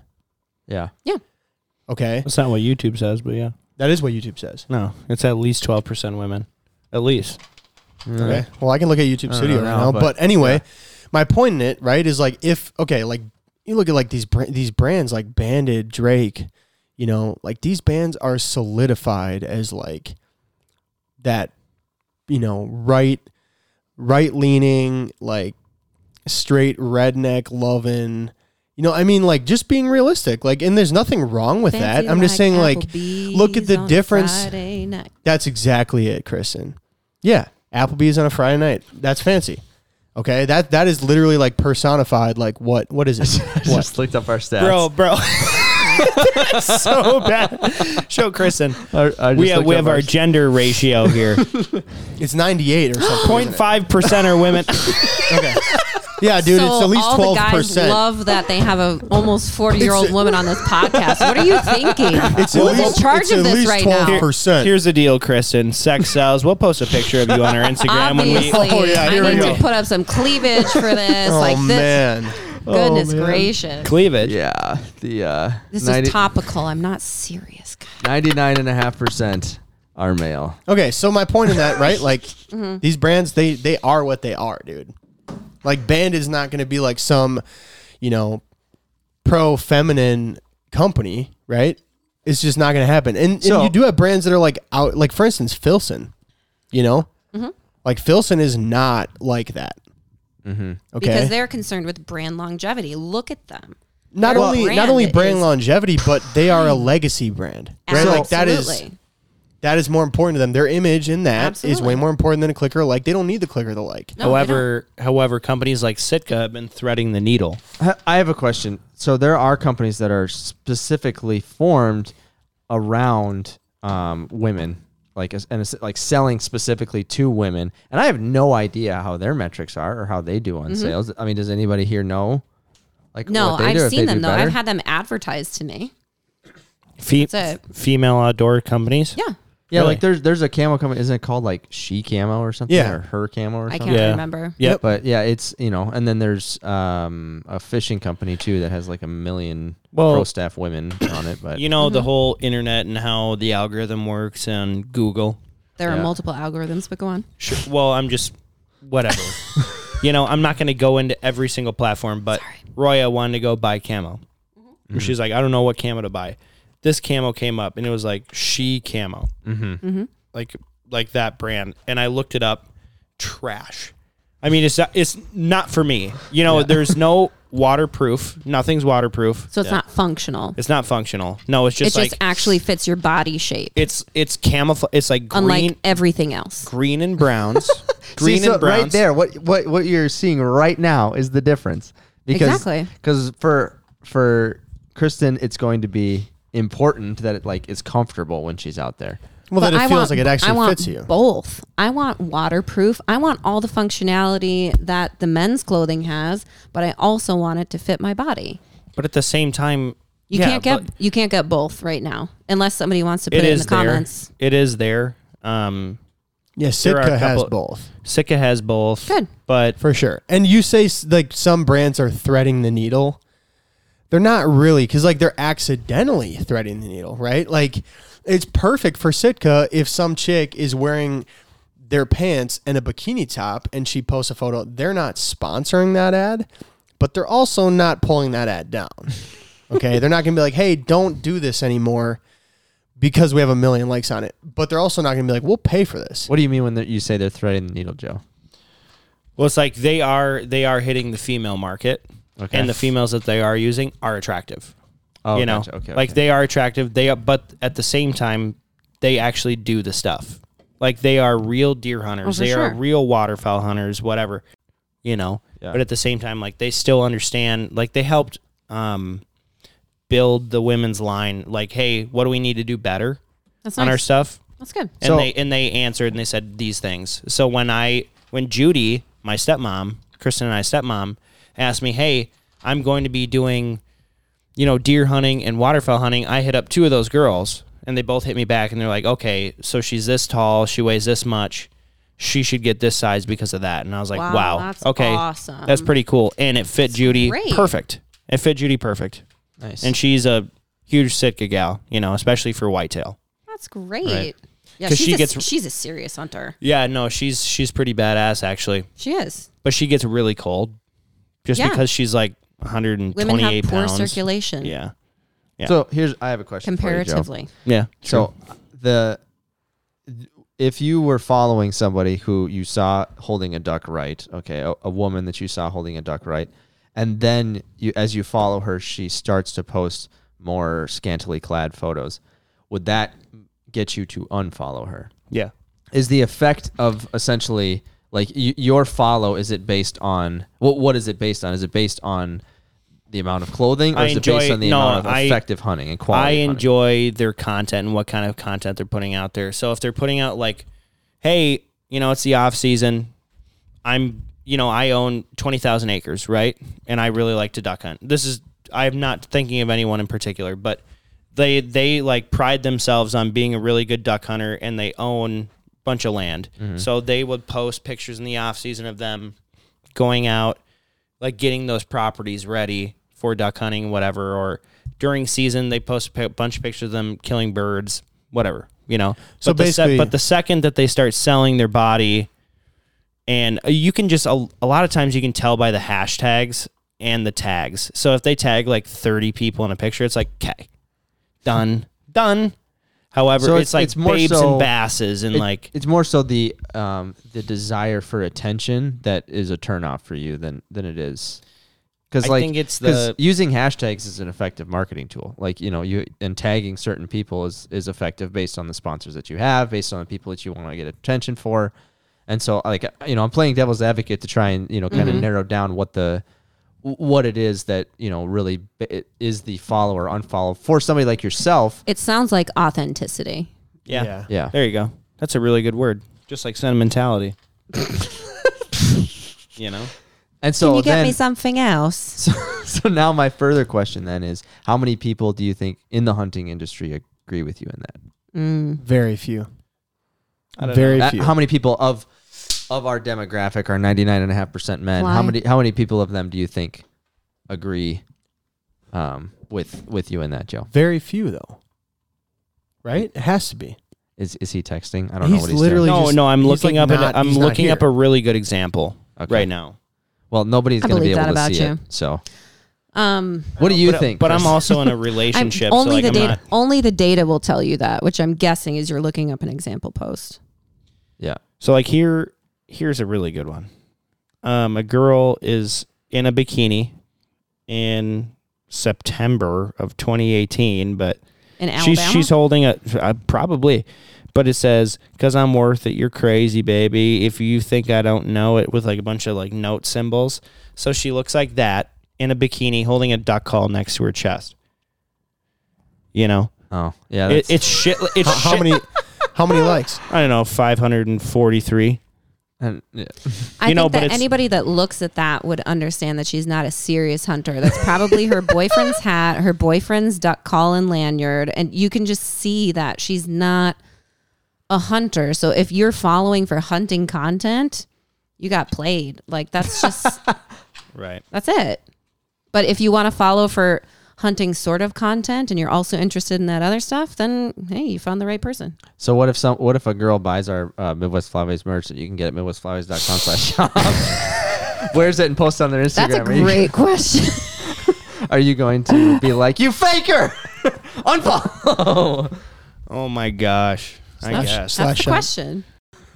Speaker 4: Yeah,
Speaker 3: okay
Speaker 1: That's not what YouTube says, but yeah.
Speaker 3: that is what youtube says
Speaker 1: No, it's at least 12% women. At least.
Speaker 3: Okay. Well, I can look at YouTube
Speaker 4: don't
Speaker 3: Studio
Speaker 4: know
Speaker 3: right
Speaker 4: now,
Speaker 3: now,
Speaker 4: but-
Speaker 3: but, anyway, my point in it, right, is like if okay, like you look at like these br- these brands like Banded, Drake, you know, like these bands are solidified as like that, you know, right, right leaning, like straight redneck loving. You know, I mean, like just being realistic, like, and there's nothing wrong with that. I'm just saying, like, look at the difference- That's exactly it, Kristen. Yeah, Applebee's on a Friday night. That's fancy. Okay, that that is literally like personified. Like what? What is it? what?
Speaker 4: just looked up our stats.
Speaker 1: Bro, bro. so bad. Show Kristen. We have, we have our gender ratio here.
Speaker 3: It's ninety eight or something. isn't it?
Speaker 1: 0.5% are women.
Speaker 3: Okay. Yeah, dude,
Speaker 2: so
Speaker 3: it's at least
Speaker 2: all
Speaker 3: twelve
Speaker 2: the guys
Speaker 3: percent.
Speaker 2: love that they have a almost forty year old
Speaker 3: It's-
Speaker 2: woman on this podcast. What are you thinking?
Speaker 3: It's at
Speaker 2: Who's
Speaker 3: least
Speaker 2: in charge
Speaker 3: it's
Speaker 2: of
Speaker 3: at
Speaker 2: this
Speaker 3: least
Speaker 2: right now?
Speaker 3: 12%.
Speaker 1: Here's the deal, Kristen. Sex sells. We'll post a picture of you on our Instagram when we.
Speaker 2: Obviously,
Speaker 3: Oh, yeah, here
Speaker 2: I
Speaker 3: we
Speaker 2: need
Speaker 3: go.
Speaker 2: to put up some cleavage for this.
Speaker 3: Oh
Speaker 2: like this,
Speaker 3: man,
Speaker 2: goodness gracious,
Speaker 1: Cleavage.
Speaker 4: Yeah, the uh,
Speaker 2: this is topical. I'm not serious. God.
Speaker 4: 99.5% are male.
Speaker 3: Okay, so my point in that, right? Like
Speaker 2: Mm-hmm.
Speaker 3: these brands, they they are what they are, dude. Like band is not going to be like some, you know, pro feminine company, right? It's just not going to happen. And, and
Speaker 4: So-
Speaker 3: you do have brands that are like out, like for instance, Filson, you know,
Speaker 2: Mm-hmm.
Speaker 3: like Filson is not like that. Mm-hmm. Okay.
Speaker 2: because they're concerned with brand longevity. Look at them.
Speaker 3: not
Speaker 2: their
Speaker 3: only not
Speaker 2: brand
Speaker 3: only brand
Speaker 2: is-
Speaker 3: longevity, but they are a legacy brand, right?
Speaker 2: Absolutely.
Speaker 3: Like that is that is more important to them. Their image in that is way
Speaker 2: Absolutely.
Speaker 3: more important than a click or a like. They don't need the click or the like.
Speaker 2: No, they
Speaker 1: however, however, companies like Sitka have been threading the needle.
Speaker 4: I I have a question. So there are companies that are specifically formed around um, women, like as- and it's, like selling specifically to women. And I have no idea how their metrics are or how they do on sales. I mean, does anybody here know? Like
Speaker 2: Mm-hmm. No,
Speaker 4: what they
Speaker 2: I've
Speaker 4: do, if
Speaker 2: seen
Speaker 4: they
Speaker 2: them
Speaker 4: do
Speaker 2: though.
Speaker 4: better?
Speaker 2: I've had them advertised to me.
Speaker 1: Fe-
Speaker 2: That's
Speaker 1: female outdoor companies.
Speaker 2: Yeah,
Speaker 4: yeah,
Speaker 1: really.
Speaker 4: like there's there's a camo company. Isn't it called like She Camo or something?
Speaker 3: Yeah.
Speaker 4: or Her Camo or
Speaker 2: I
Speaker 4: something.
Speaker 2: can't
Speaker 1: Yeah.
Speaker 2: remember.
Speaker 1: Yep.
Speaker 4: But yeah, it's you know, and then there's um, a fishing company too that has like a million
Speaker 1: Well-
Speaker 4: pro staff women on it. But
Speaker 1: You know
Speaker 2: Mm-hmm.
Speaker 1: the whole internet and how the algorithm works and Google.
Speaker 2: There
Speaker 4: Yeah.
Speaker 2: are multiple algorithms, but go on.
Speaker 1: Sure. Well, I'm just whatever. you know, I'm not going to go into every single platform, but Roya wanted to go buy camo. She's like, I don't know what camo to buy. This camo came up, and it was like she camo, mm-hmm. like like that brand. And I looked it up, trash. I mean, it's not, it's not for me. You know, there's no waterproof. Nothing's waterproof.
Speaker 2: So it's not functional.
Speaker 1: It's not functional. No, it's
Speaker 2: It
Speaker 1: just
Speaker 2: just
Speaker 1: like
Speaker 2: actually fits your body shape,
Speaker 1: it's it's camouflage. It's like green,
Speaker 2: unlike everything else.
Speaker 1: green and browns, green
Speaker 4: See, so
Speaker 1: and browns.
Speaker 4: right there what what what you're seeing right now is the difference because
Speaker 2: Exactly.
Speaker 4: because for for kristen it's going to be important that it like is comfortable when she's out there
Speaker 3: Well,
Speaker 2: But
Speaker 3: that it
Speaker 2: I
Speaker 3: feels
Speaker 2: want-
Speaker 3: like it
Speaker 2: I
Speaker 3: actually
Speaker 2: want
Speaker 3: fits you.
Speaker 2: Both. I want waterproof. I want all the functionality that the men's clothing has, but I also want it to fit my body.
Speaker 1: But at the same time,
Speaker 2: You
Speaker 1: yeah,
Speaker 2: can't get
Speaker 1: but
Speaker 2: you can't get both right now, unless somebody wants to put
Speaker 1: It
Speaker 2: it, in
Speaker 1: is
Speaker 2: the
Speaker 1: there.
Speaker 2: comments.
Speaker 1: It is there. Um,
Speaker 3: Yeah,
Speaker 1: are a
Speaker 3: Sitka has
Speaker 1: couple-
Speaker 3: both
Speaker 1: Sika has both.
Speaker 2: Good.
Speaker 1: but
Speaker 3: for sure. And you say s- like some brands are threading the needle. They're not really because like they're accidentally threading the needle, right? Like it's perfect for Sitka if some chick is wearing their pants and a bikini top and she posts a photo. They're not sponsoring that ad, but they're also not pulling that ad down. Okay, they're not gonna be like, hey, don't do this anymore because we have a million likes on it. But they're also not gonna be like, we'll pay for this.
Speaker 4: what do you mean when that you say they're threading the needle joe
Speaker 1: well, it's like they are they are hitting the female market,
Speaker 4: Okay.
Speaker 1: and the females that they are using are attractive.
Speaker 4: oh
Speaker 1: you know,
Speaker 4: gotcha. okay
Speaker 1: like
Speaker 4: okay.
Speaker 1: they are attractive. They are, but at the same time, they actually do the stuff. Like they are real deer hunters.
Speaker 2: Oh, for
Speaker 1: they are
Speaker 2: sure.
Speaker 1: real waterfowl hunters. Whatever, you know.
Speaker 4: Yeah.
Speaker 1: But at the same time, like they still understand. Like they helped um, build the women's line. Like, hey, what do we need to do better
Speaker 2: That's
Speaker 1: on our
Speaker 2: nice.
Speaker 1: stuff?
Speaker 2: That's good.
Speaker 1: And
Speaker 4: So-
Speaker 1: they and they answered and they said these things. So when I when Judy, my stepmom, Kristen and I stepmom, asked me, Hey, I'm going to be doing, you know, deer hunting and waterfowl hunting, I hit up two of those girls and they both hit me back and they're like, Okay, so she's this tall, she weighs this much, she should get this size because of that. And I was like, Wow,
Speaker 2: Wow, that's
Speaker 1: okay.
Speaker 2: awesome.
Speaker 1: That's pretty cool. And it fit Judy
Speaker 2: great.
Speaker 1: perfect. It fit Judy perfect.
Speaker 4: nice
Speaker 1: And she's a huge sitka gal, you know, especially for whitetail.
Speaker 2: That's great.
Speaker 1: Right.
Speaker 2: Yeah,
Speaker 1: 'Cause
Speaker 2: she's
Speaker 1: she
Speaker 2: a,
Speaker 1: gets-
Speaker 2: she's a serious hunter.
Speaker 1: Yeah, no, she's she's pretty badass actually.
Speaker 2: She is.
Speaker 1: but she gets really cold just
Speaker 2: Yeah.
Speaker 1: because she's like
Speaker 2: Women
Speaker 1: 128
Speaker 2: have poor
Speaker 1: pounds.
Speaker 2: circulation
Speaker 1: Yeah, yeah.
Speaker 4: so here's i have a question for you, Joe.
Speaker 2: comparatively.
Speaker 1: yeah.
Speaker 4: So the if you were following somebody who you saw holding a duck right, okay, a, a woman that you saw holding a duck right, and then you as you follow her, she starts to post more scantily clad photos. Would that get you to unfollow her?
Speaker 1: yeah,
Speaker 4: Is the effect of essentially like y- your follow is it based on what what is it based on? Is it based on the amount of clothing or
Speaker 1: I
Speaker 4: is it
Speaker 1: enjoy-
Speaker 4: based on the
Speaker 1: no,
Speaker 4: amount of
Speaker 1: I-
Speaker 4: effective hunting and
Speaker 1: I
Speaker 4: quality? hunting?
Speaker 1: enjoy their content and what kind of content they're putting out there. So if they're putting out like, hey, you know, it's the off season, I'm, you know, I own 20,000 acres, right? And I really like to duck hunt. This is, I'm not thinking of anyone in particular, but they, they like pride themselves on being a really good duck hunter and they own a bunch of land. So they would post pictures in the off season of them going out, like getting those properties ready for duck hunting, whatever. Or during season, they post a pi- bunch of pictures of them killing birds, whatever. You know.
Speaker 3: So
Speaker 1: but the
Speaker 3: basically-
Speaker 1: but the second that they start selling their body, and uh, you can just a, a lot of times you can tell by the hashtags and the tags. So if they tag like 30 people in a picture, it's like, okay, done, done. However,
Speaker 4: So
Speaker 1: it's,
Speaker 4: it's-
Speaker 1: like
Speaker 4: it's more
Speaker 1: babes
Speaker 4: so-
Speaker 1: and basses and
Speaker 4: It-
Speaker 1: like,
Speaker 4: it's more so the um the desire for attention that is a turnoff for you than than it is because
Speaker 1: I
Speaker 4: like
Speaker 1: think it's
Speaker 4: 'cause
Speaker 1: the,
Speaker 4: using hashtags is an effective marketing tool like you know you and tagging certain people is is effective based on the sponsors that you have based on the people that you want to get attention for and so like uh, you know i'm playing devil's advocate to try and you know kind
Speaker 1: Mm-hmm.
Speaker 4: of narrow down what the what it is that you know really b- it is the follow or unfollow for somebody like yourself
Speaker 2: It sounds like authenticity.
Speaker 1: yeah,
Speaker 4: yeah
Speaker 1: There you go. That's a really good word. Just like sentimentality. you know?
Speaker 4: and so
Speaker 2: Can you get
Speaker 4: then,
Speaker 2: me something else?
Speaker 4: So, so now my further question then is how many people do you think in the hunting industry agree with you in that?
Speaker 2: Mm.
Speaker 3: Very few.
Speaker 1: I don't
Speaker 3: Very
Speaker 4: That-
Speaker 3: few.
Speaker 4: how many people of of our demographic are 99.5% men? How
Speaker 2: Why?
Speaker 4: many how many people of them do you think agree um, with with you in that, Joe?
Speaker 3: Very few though. Right? It has to be.
Speaker 4: Is is he texting? I don't know
Speaker 3: He's
Speaker 4: what he's
Speaker 3: literally-
Speaker 4: doing.
Speaker 1: No,
Speaker 3: just-
Speaker 1: no, I'm
Speaker 3: he's
Speaker 1: looking
Speaker 3: like
Speaker 1: up an,
Speaker 3: not-
Speaker 1: I'm
Speaker 3: he's not
Speaker 1: looking up
Speaker 3: here.
Speaker 1: a really good example
Speaker 4: Okay.
Speaker 1: right now.
Speaker 4: Well, nobody's
Speaker 2: I
Speaker 4: going to be
Speaker 2: believe
Speaker 4: able
Speaker 2: that
Speaker 4: to
Speaker 2: about
Speaker 4: see
Speaker 2: you.
Speaker 4: it. So,
Speaker 2: Um,
Speaker 4: what do you
Speaker 1: but, uh,
Speaker 4: think?
Speaker 1: But I'm
Speaker 4: Chris?
Speaker 1: also in a
Speaker 2: I'm-
Speaker 1: relationship.
Speaker 2: only
Speaker 1: so like
Speaker 2: the
Speaker 1: I'm
Speaker 2: data.
Speaker 1: not-
Speaker 2: only the data will tell you that, which I'm guessing is you're looking up an example post.
Speaker 4: Yeah.
Speaker 1: So like here here's a really good one. Um a girl is in a bikini in September of 2018, but
Speaker 2: In Alabama,
Speaker 1: she's she's holding a uh, probably but it says cuz I'm worth it, you're crazy, baby. If you think I don't know it with like a bunch of like note symbols. So she looks like that in a bikini holding a duck call next to her chest. You know,
Speaker 4: Oh, yeah.
Speaker 1: it,
Speaker 4: That's,
Speaker 1: it's shit. It's
Speaker 3: How, how
Speaker 1: shit-
Speaker 3: many how many likes?
Speaker 1: I don't know, 543.
Speaker 4: and, yeah.
Speaker 2: I
Speaker 1: you know,
Speaker 2: think
Speaker 1: but
Speaker 2: that
Speaker 1: it's-
Speaker 2: anybody that looks at that would understand that she's not a serious hunter. That's probably her boyfriend's hat, her boyfriend's duck call and lanyard, and you can just see that she's not a hunter. So if you're following for hunting content, you got played. Like that's just
Speaker 1: Right.
Speaker 2: that's it. But if you want to follow for hunting sort of content and you're also interested in that other stuff, then hey, you found the right person.
Speaker 4: So what if some what if a girl buys our uh, Midwest Flyways merch that you can get at midwestflyways.com slash shop? Wears it and posts on their Instagram.
Speaker 2: That's a
Speaker 4: Are you-
Speaker 2: great question.
Speaker 4: Are you going to be like, you faker? Unfollow.
Speaker 1: Oh my gosh. I guess.
Speaker 2: That's
Speaker 3: Slash
Speaker 2: the
Speaker 3: shop.
Speaker 2: question.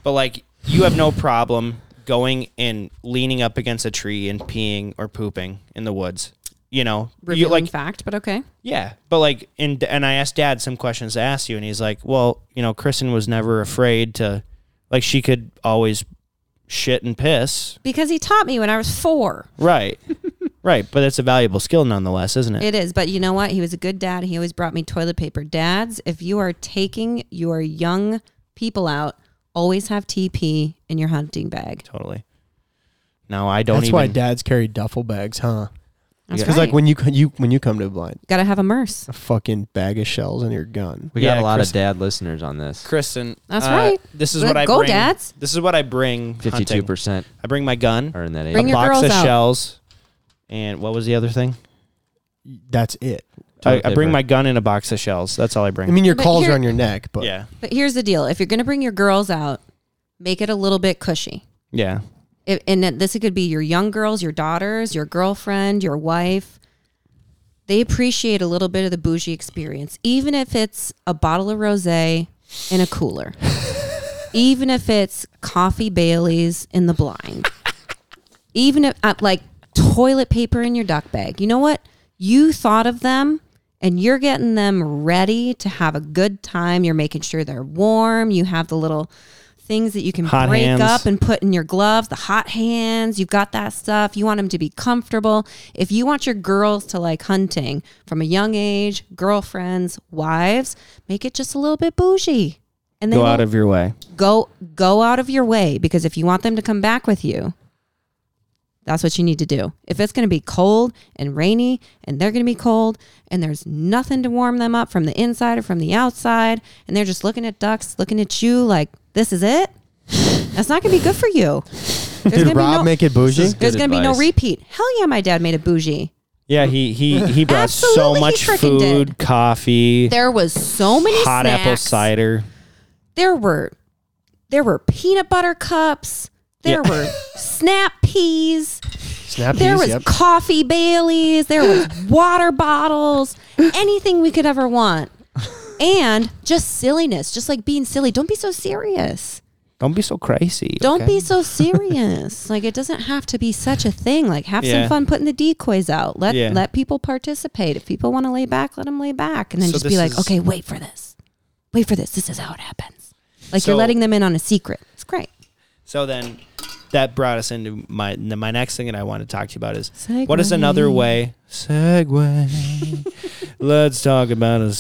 Speaker 1: But like you have no problem going and leaning up against a tree and peeing or pooping in the woods. You know, you
Speaker 2: Revealing
Speaker 1: like
Speaker 2: fact, but okay.
Speaker 1: yeah, but like and and I asked dad some questions to ask you and he's like, "Well, you know, Kristen was never afraid to like she could always shit and piss."
Speaker 2: Because he taught me when I was four.
Speaker 1: Right. right, but it's a valuable skill nonetheless, isn't it?
Speaker 2: It is, but you know what? He was a good dad. He always brought me toilet paper. Dads, if you are taking your young people out, always have TP in your hunting bag.
Speaker 1: Totally. No, I don't
Speaker 3: That's
Speaker 1: even
Speaker 3: why dads carry duffel bags, huh?
Speaker 2: That's
Speaker 3: Because like when you c- you when you come to a blind,
Speaker 2: gotta have a merce.
Speaker 3: a fucking bag of shells in your gun.
Speaker 4: We
Speaker 1: Yeah,
Speaker 4: got a lot
Speaker 1: Chris-
Speaker 4: of dad listeners on this.
Speaker 1: Kristen,
Speaker 2: That's
Speaker 1: uh,
Speaker 2: right.
Speaker 1: This is
Speaker 2: Well,
Speaker 1: what I
Speaker 2: go,
Speaker 1: bring.
Speaker 2: dads.
Speaker 1: This is what I bring.
Speaker 4: Fifty-two
Speaker 1: hunting.
Speaker 4: percent
Speaker 1: I bring my gun,
Speaker 4: are in that
Speaker 2: Bring
Speaker 4: age.
Speaker 2: your
Speaker 1: a box
Speaker 2: girls
Speaker 1: of
Speaker 2: out.
Speaker 1: shells, and what was the other thing?
Speaker 3: That's it.
Speaker 1: I,
Speaker 4: Toilet
Speaker 1: I bring
Speaker 4: paper.
Speaker 1: my gun and a box of shells. That's all I
Speaker 3: I
Speaker 1: bring.
Speaker 3: mean, your
Speaker 2: But
Speaker 3: calls
Speaker 2: here-
Speaker 3: are on your neck, but
Speaker 1: yeah,
Speaker 2: But here's the deal: if you're gonna bring your girls out, make it a little bit cushy.
Speaker 1: yeah.
Speaker 2: If and that this could be your young girls, your daughters, your girlfriend, your wife. They appreciate a little bit of the bougie experience, even if it's a bottle of rosé in a cooler, even if it's coffee Baileys in the blind, even if uh, like toilet paper in your duck bag. You know what? You thought of them. And you're getting them ready to have a good time. You're making sure they're warm. You have the little things that you can
Speaker 1: Hot
Speaker 2: break
Speaker 1: hands.
Speaker 2: up and put in your gloves, the hot hands, you've got that stuff. You want them to be comfortable. If you want your girls to like hunting from a young age, girlfriends, wives, make it just a little bit bougie. And then
Speaker 1: Go out of your way.
Speaker 2: go go out of your way because if you want them to come back with you, that's what you need to do. If it's going to be cold and rainy and they're going to be cold and there's nothing to warm them up from the inside or from the outside and they're just looking at ducks, looking at you like this is it? That's not going to be good for you. There's
Speaker 3: did
Speaker 2: gonna
Speaker 3: Rob
Speaker 2: be no,
Speaker 3: make it bougie?
Speaker 4: is-
Speaker 2: There's
Speaker 4: Good
Speaker 2: going to be no
Speaker 4: advice.
Speaker 2: repeat. Hell yeah, my dad made a bougie.
Speaker 1: Yeah, he he he brought so
Speaker 2: Absolutely, he
Speaker 1: much
Speaker 2: frickin'
Speaker 1: food,
Speaker 2: did.
Speaker 1: coffee,
Speaker 2: There was so many
Speaker 1: hot apple
Speaker 2: snacks.
Speaker 1: cider.
Speaker 2: there were there were peanut butter cups there
Speaker 1: Yeah.
Speaker 2: were snap peas
Speaker 3: Snappies.
Speaker 2: There was
Speaker 3: yep.
Speaker 2: coffee Baileys. There was water bottles. Anything we could ever want. And just silliness, just like being silly. Don't be so serious.
Speaker 1: Don't be so crazy.
Speaker 2: Don't
Speaker 1: okay?
Speaker 2: be so serious. like it doesn't have to be such a thing. Like have
Speaker 1: Yeah.
Speaker 2: some fun putting the decoys out. Let
Speaker 1: Yeah.
Speaker 2: let people participate. If people want to lay back, let them lay back, and then
Speaker 1: So
Speaker 2: just
Speaker 1: this
Speaker 2: be like,
Speaker 1: is-
Speaker 2: okay, wait for this, wait for this. This is how it happens. Like
Speaker 1: So-
Speaker 2: you're letting them in on a secret. It's great.
Speaker 1: So then that brought us into my n- my next thing that I want to talk to you about is what is another way? Segway. Let's talk about a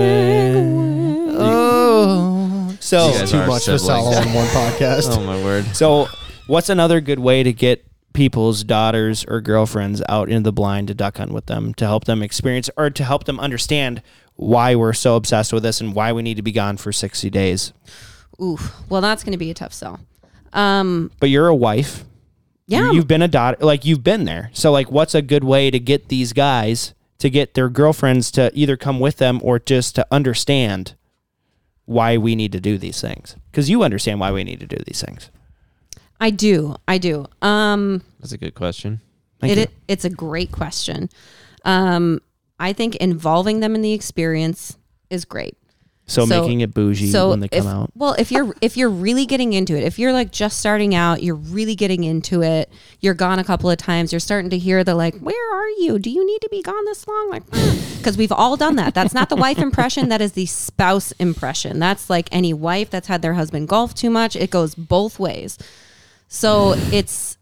Speaker 1: segway. Oh. So
Speaker 4: You guys
Speaker 3: too
Speaker 4: are
Speaker 3: much for
Speaker 4: siblings.
Speaker 3: Sal on one podcast.
Speaker 4: Oh my word.
Speaker 1: So, what's another good way to get people's daughters or girlfriends out into the blind to duck hunt with them to help them experience or to help them understand why we're so obsessed with this and why we need to be gone for 60 days?
Speaker 2: Ooh, well, that's going to be a tough sell. Um,
Speaker 1: But you're a wife.
Speaker 2: yeah,
Speaker 1: You- You've been a daughter. Like, you've been there. So, like, what's a good way to get these guys to get their girlfriends to either come with them or just to understand why we need to do these things? Because you understand why we need to do these things.
Speaker 2: I do, I do. Um,
Speaker 4: That's a good question.
Speaker 1: Thank
Speaker 2: it,
Speaker 1: you.
Speaker 2: it- it's a great question. Um, I think involving them in the experience is great.
Speaker 1: So,
Speaker 2: so-
Speaker 1: making it bougie
Speaker 2: so
Speaker 1: when they come
Speaker 2: if,
Speaker 1: out.
Speaker 2: Well, if you're if you're really getting into it, if you're like just starting out, you're really getting into it. You're gone a couple of times. You're starting to hear the like, "Where are you? Do you need to be gone this long?" Like, because we've all done that. That's not the wife impression. That is the spouse impression. That's like any wife that's had their husband golf too much. It goes both ways. So it's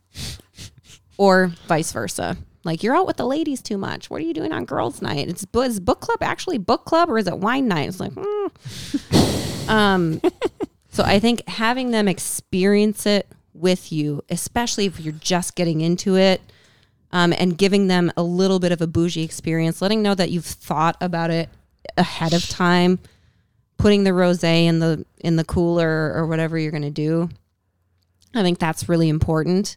Speaker 2: or vice versa. Like you're out with the ladies too much. What are you doing on girls' night? It's bu- is book club actually book club or is it wine night? It's like, mm. um, so I think having them experience it with you, especially if you're just getting into it, um, and giving them a little bit of a bougie experience, letting know that you've thought about it ahead of time, putting the rosé in the in the cooler or whatever you're gonna do. I think that's really important.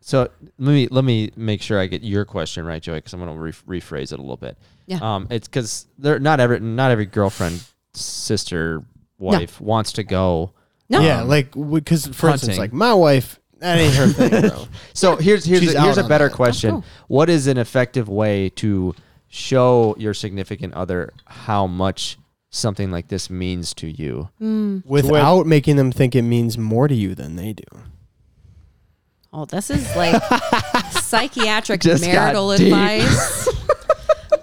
Speaker 4: So let me let me make sure I get your question right, Joey, because I'm going to re- rephrase it a little bit.
Speaker 2: Yeah.
Speaker 4: Um, it's because they're not every not every girlfriend, sister, wife wants to go.
Speaker 2: No,
Speaker 3: yeah, like because for instance,
Speaker 4: Hunting.
Speaker 3: like my wife, that ain't her thing, bro.
Speaker 4: So here's here's
Speaker 3: She's
Speaker 4: a, here's
Speaker 3: out
Speaker 4: a
Speaker 3: on
Speaker 4: better
Speaker 3: that. Oh, That's
Speaker 4: question.
Speaker 2: cool.
Speaker 4: What is an effective way to show your significant other how much something like this means to you?
Speaker 3: Mm, Without making them think it means more to you than they do.
Speaker 2: Oh, this is like psychiatric
Speaker 4: Just got
Speaker 2: marital
Speaker 4: deep.
Speaker 2: advice.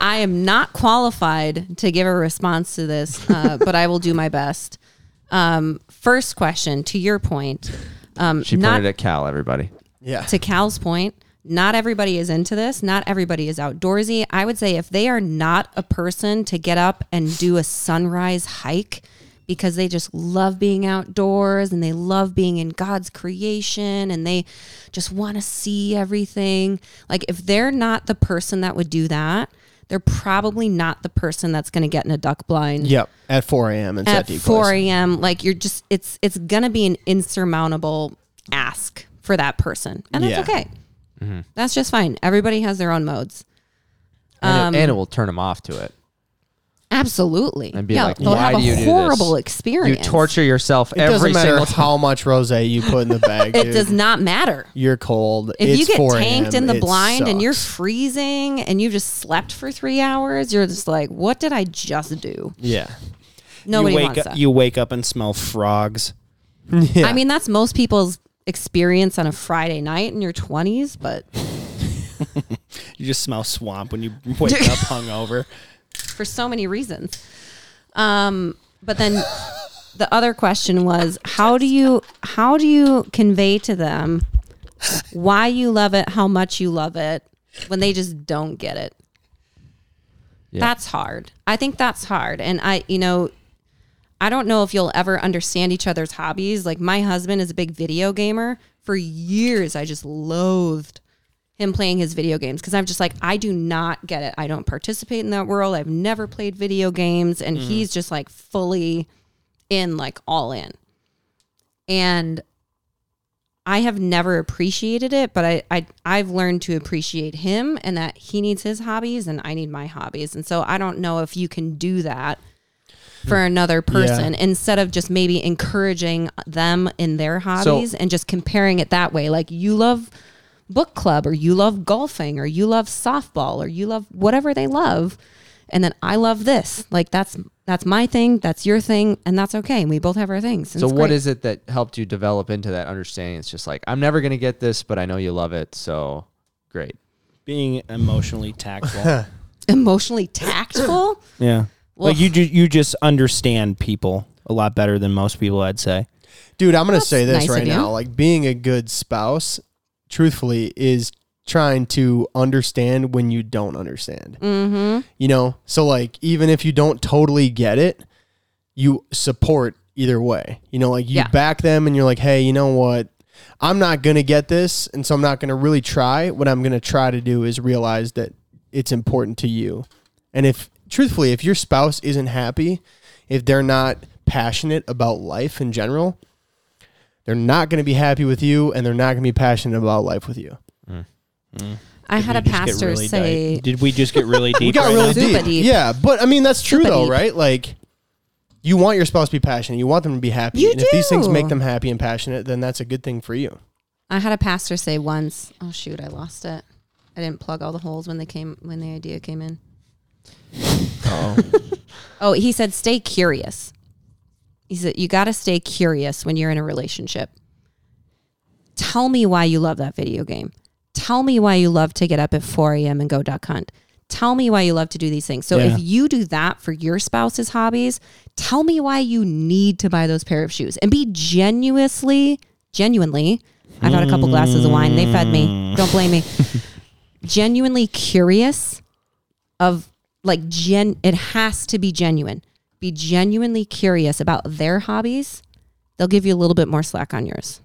Speaker 2: I am not qualified to give a response to this, uh, but I will do my best. Um, first question, to your point, um,
Speaker 4: She
Speaker 2: not
Speaker 4: pointed at Cal. Everybody.
Speaker 3: Yeah.
Speaker 2: to Cal's point, not everybody is into this. Not everybody is outdoorsy. I would say if they are not a person to get up and do a sunrise hike because they just love being outdoors and they love being in God's creation and they just want to see everything. Like if they're not the person that would do that, they're probably not the person that's going to get in a duck blind
Speaker 3: Yep. At 4 a.m. and
Speaker 2: at
Speaker 3: set decoys.
Speaker 2: 4 a.m. Like you're just it's it's gonna be an insurmountable ask for that person, and that's
Speaker 3: Yeah.
Speaker 2: okay.
Speaker 4: Mm-hmm.
Speaker 2: That's just fine. Everybody has their own modes. Um,
Speaker 4: And,
Speaker 3: Um,
Speaker 4: it, and it will turn them off to it.
Speaker 2: Absolutely.
Speaker 4: And be like,
Speaker 2: they'll
Speaker 4: "Why
Speaker 2: have
Speaker 4: do you
Speaker 2: a
Speaker 4: do this?
Speaker 2: horrible
Speaker 4: You
Speaker 2: experience.
Speaker 4: You torture yourself
Speaker 3: It doesn't
Speaker 4: every
Speaker 3: matter
Speaker 4: single time.
Speaker 3: how much rosé you put in the bag.
Speaker 2: It
Speaker 3: dude.
Speaker 2: does not matter.
Speaker 3: You're cold.
Speaker 2: If
Speaker 3: it's
Speaker 2: you get
Speaker 3: 4
Speaker 2: tanked
Speaker 3: a.m.,
Speaker 2: in the
Speaker 3: it
Speaker 2: blind and you're
Speaker 3: sucks.
Speaker 2: freezing and you just slept for three hours, you're just like, what did I just do?
Speaker 3: yeah.
Speaker 2: Nobody
Speaker 1: you wake
Speaker 2: wants
Speaker 1: up,
Speaker 2: that.
Speaker 1: You wake up and smell frogs.
Speaker 3: yeah.
Speaker 2: I mean, that's most people's experience on a Friday night in your 20s, but
Speaker 1: You just smell swamp when you wake up hungover.
Speaker 2: for so many reasons. Um, but then the other question was how do you how do you convey to them why you love it, how much you love it when they just don't get it?
Speaker 4: Yeah.
Speaker 2: That's hard. I think that's hard. And I, you know, I don't know if you'll ever understand each other's hobbies. Like my husband is a big video gamer. For years, I just loathed him playing his video games because I'm just like, I do not get it. I don't participate in that world. I've never played video games. And he's just like fully in, like all in. And I have never appreciated it, but I, I I've learned to appreciate him and that he needs his hobbies and I need my hobbies. And so I don't know if you can do that for another person instead of just maybe encouraging them in their hobbies and just comparing it that way. Like you love book club or you love golfing or you love softball or you love whatever they love and then I love this. Like that's that's my thing, that's your thing, and that's okay. And we both have our things. and
Speaker 4: So
Speaker 2: it's
Speaker 4: what
Speaker 2: great.
Speaker 4: is it that helped you develop into that understanding? It's just like I'm never gonna get this, but I know you love it, so great.
Speaker 1: Being emotionally tactful.
Speaker 2: emotionally tactful?
Speaker 1: yeah.
Speaker 2: Well-
Speaker 1: like you ju- you just understand people a lot better than most people, I'd say.
Speaker 3: Dude, I'm going to
Speaker 2: That's
Speaker 3: say this
Speaker 2: nice
Speaker 3: right
Speaker 2: of you.
Speaker 3: now. Like, being a good spouse, truthfully, is trying to understand when you don't understand.
Speaker 2: mm-hmm.
Speaker 3: You know? So, like, even if you don't totally get it, you support either way. You know, like, you
Speaker 2: Yeah.
Speaker 3: back them and you're like, hey, you know what? I'm not going to get this. And so I'm not going to really try. What I'm going to try to do is realize that it's important to you. And if, truthfully, if your spouse isn't happy, if they're not passionate about life in general, they're not going to be happy with you and they're not going to be passionate about life with you.
Speaker 2: I
Speaker 1: Did
Speaker 2: had
Speaker 1: we
Speaker 2: a
Speaker 1: just get
Speaker 2: pastor
Speaker 1: really
Speaker 2: say
Speaker 1: deep? Did we just get really deep?
Speaker 3: We got
Speaker 1: right
Speaker 3: really
Speaker 1: now?
Speaker 2: Super
Speaker 3: deep.
Speaker 2: deep.
Speaker 3: Yeah, but I mean that's true
Speaker 2: Super
Speaker 3: though,
Speaker 2: deep.
Speaker 3: right? Like you want your spouse to be passionate, you want them to be happy.
Speaker 2: You
Speaker 3: and if these things
Speaker 2: do.
Speaker 3: make them happy and passionate, then that's a good thing for you.
Speaker 2: I had a pastor say once, oh shoot, I lost it. I didn't plug all the holes when they came when the idea came in. Oh, he said stay curious. He said you got to stay curious when you're in a relationship. Tell me why you love that video game. Tell me why you love to get up at 4 a.m. and go duck hunt. Tell me why you love to do these things. So
Speaker 1: Yeah.
Speaker 2: if you do that for your spouse's hobbies, tell me why you need to buy those pair of shoes and be genuinely, genuinely. I've had a couple glasses of wine. They fed me. Don't blame me. genuinely curious of like gen it has to be genuine be genuinely curious about their hobbies they'll give you a little bit more slack on yours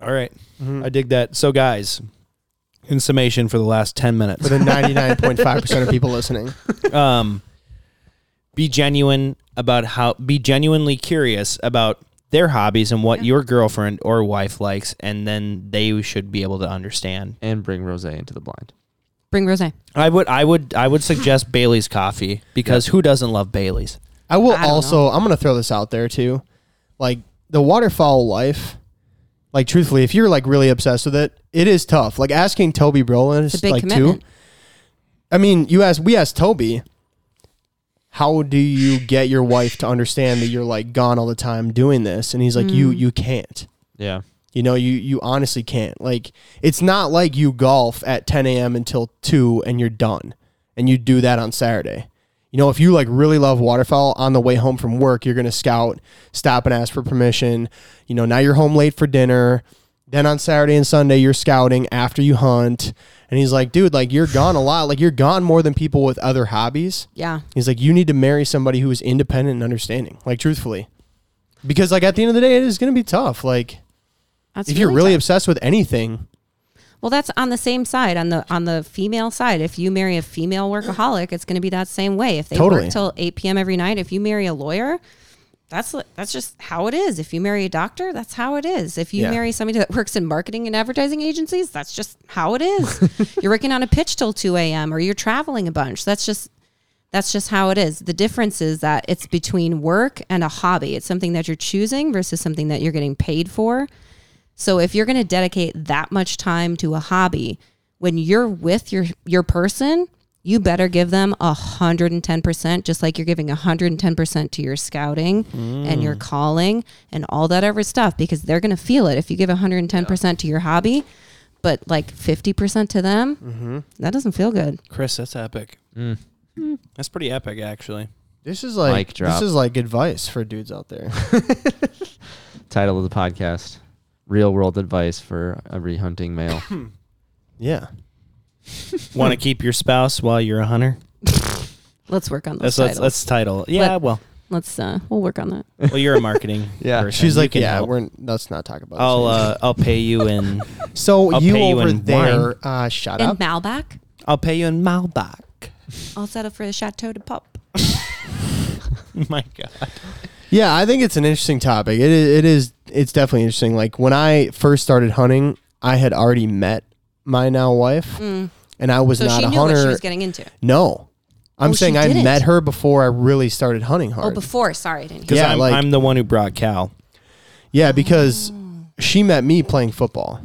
Speaker 1: All right.
Speaker 3: Mm-hmm.
Speaker 1: I dig that. So guys, in summation for the last 10 minutes.
Speaker 3: For the ninety nine point five percent of people listening.
Speaker 1: um, be genuine about how be genuinely curious about their hobbies and what your girlfriend or wife likes and then they should be able to understand
Speaker 4: And bring Rose into the blind.
Speaker 2: bring rosé
Speaker 1: i would i would i would suggest bailey's coffee because who doesn't love bailey's
Speaker 3: I will
Speaker 2: I don't
Speaker 3: also. I'm gonna throw this out there too, like the waterfowl life. Like truthfully, if you're like really obsessed with it, it is tough. Like asking Toby Brolin
Speaker 2: it's a
Speaker 3: is
Speaker 2: big
Speaker 3: like
Speaker 2: commitment
Speaker 3: too. I mean, you asked we asked Toby, how do you get your wife to understand that you're like gone all the time doing this? And he's like, you you can't.
Speaker 4: Yeah.
Speaker 3: You know, you you honestly can't. Like, it's not like you golf at 10 a.m. until two and you're done, and you do that on Saturday. You know, if you like really love waterfowl on the way home from work, you're gonna scout, stop and ask for permission. You know, now you're home late for dinner. Then on Saturday and Sunday, you're scouting after you hunt. And he's like, dude, like you're gone a lot. Like you're gone more than people with other hobbies.
Speaker 2: yeah
Speaker 3: He's like, you need to marry somebody who is independent and understanding. Like truthfully, because like at the end of the day, it is gonna be tough. Like
Speaker 2: that's
Speaker 3: if you're really
Speaker 2: tough.
Speaker 3: obsessed with anything,
Speaker 2: well that's on the same side on the on the female side if you marry a female workaholic it's going to be that same way if they
Speaker 3: Totally.
Speaker 2: work till 8 p.m every night if you marry a lawyer that's that's just how it is if you marry a doctor that's how it is if you
Speaker 3: Yeah.
Speaker 2: marry somebody that works in marketing and advertising agencies that's just how it is you're working on a pitch till 2 a.m or you're traveling a bunch that's just that's just how it is the difference is that it's between work and a hobby it's something that you're choosing versus something that you're getting paid for so if you're going to dedicate that much time to a hobby when you're with your your person, you better give them 110% just like you're giving 110% to your scouting and
Speaker 3: Mm.
Speaker 2: your calling and all that other stuff because they're going to feel it if you give 110% to your hobby but like 50% to them that doesn't feel good
Speaker 1: chris that's epic
Speaker 4: Mm.
Speaker 1: that's pretty epic actually
Speaker 3: this is
Speaker 4: Mic
Speaker 3: like
Speaker 4: drop.
Speaker 3: this is like advice for dudes out there.
Speaker 4: Title of the podcast. Real world advice for every hunting male.
Speaker 3: yeah,
Speaker 1: want to keep your spouse while you're a hunter
Speaker 2: let's work on
Speaker 1: that's
Speaker 2: those
Speaker 1: that's,
Speaker 2: titles.
Speaker 1: that's title yeah
Speaker 2: But-
Speaker 1: well
Speaker 2: let's uh we'll work on that
Speaker 1: well you're a marketing
Speaker 4: Yeah.
Speaker 1: person.
Speaker 3: she's
Speaker 1: You
Speaker 3: like,
Speaker 1: can
Speaker 3: yeah,
Speaker 1: help.
Speaker 3: we're let's not talk about. this
Speaker 1: i'll
Speaker 3: anymore."
Speaker 1: uh i'll pay you in
Speaker 3: so
Speaker 1: I'll
Speaker 3: you
Speaker 1: pay you
Speaker 3: over
Speaker 1: in
Speaker 3: there, uh, shut
Speaker 2: and
Speaker 3: up.
Speaker 2: Malbec
Speaker 1: i'll pay you in malbec
Speaker 2: I'll settle for the Chateau de Pop
Speaker 1: my god
Speaker 3: Yeah, I think it's an interesting topic. It is, it is it's definitely interesting. Like when I first started hunting, I had already met my now wife, and I was
Speaker 2: so
Speaker 3: not
Speaker 2: she
Speaker 3: a
Speaker 2: knew
Speaker 3: hunter.
Speaker 2: what she was getting into
Speaker 3: no, I'm
Speaker 2: Oh, she
Speaker 3: saying I
Speaker 2: didn't.
Speaker 3: met her before I really started hunting hard.
Speaker 2: oh before sorry I didn't hear
Speaker 1: Because
Speaker 3: Yeah,
Speaker 1: I'm,
Speaker 3: like-
Speaker 1: I'm the one who brought Cal.
Speaker 3: Yeah, because she met me playing football.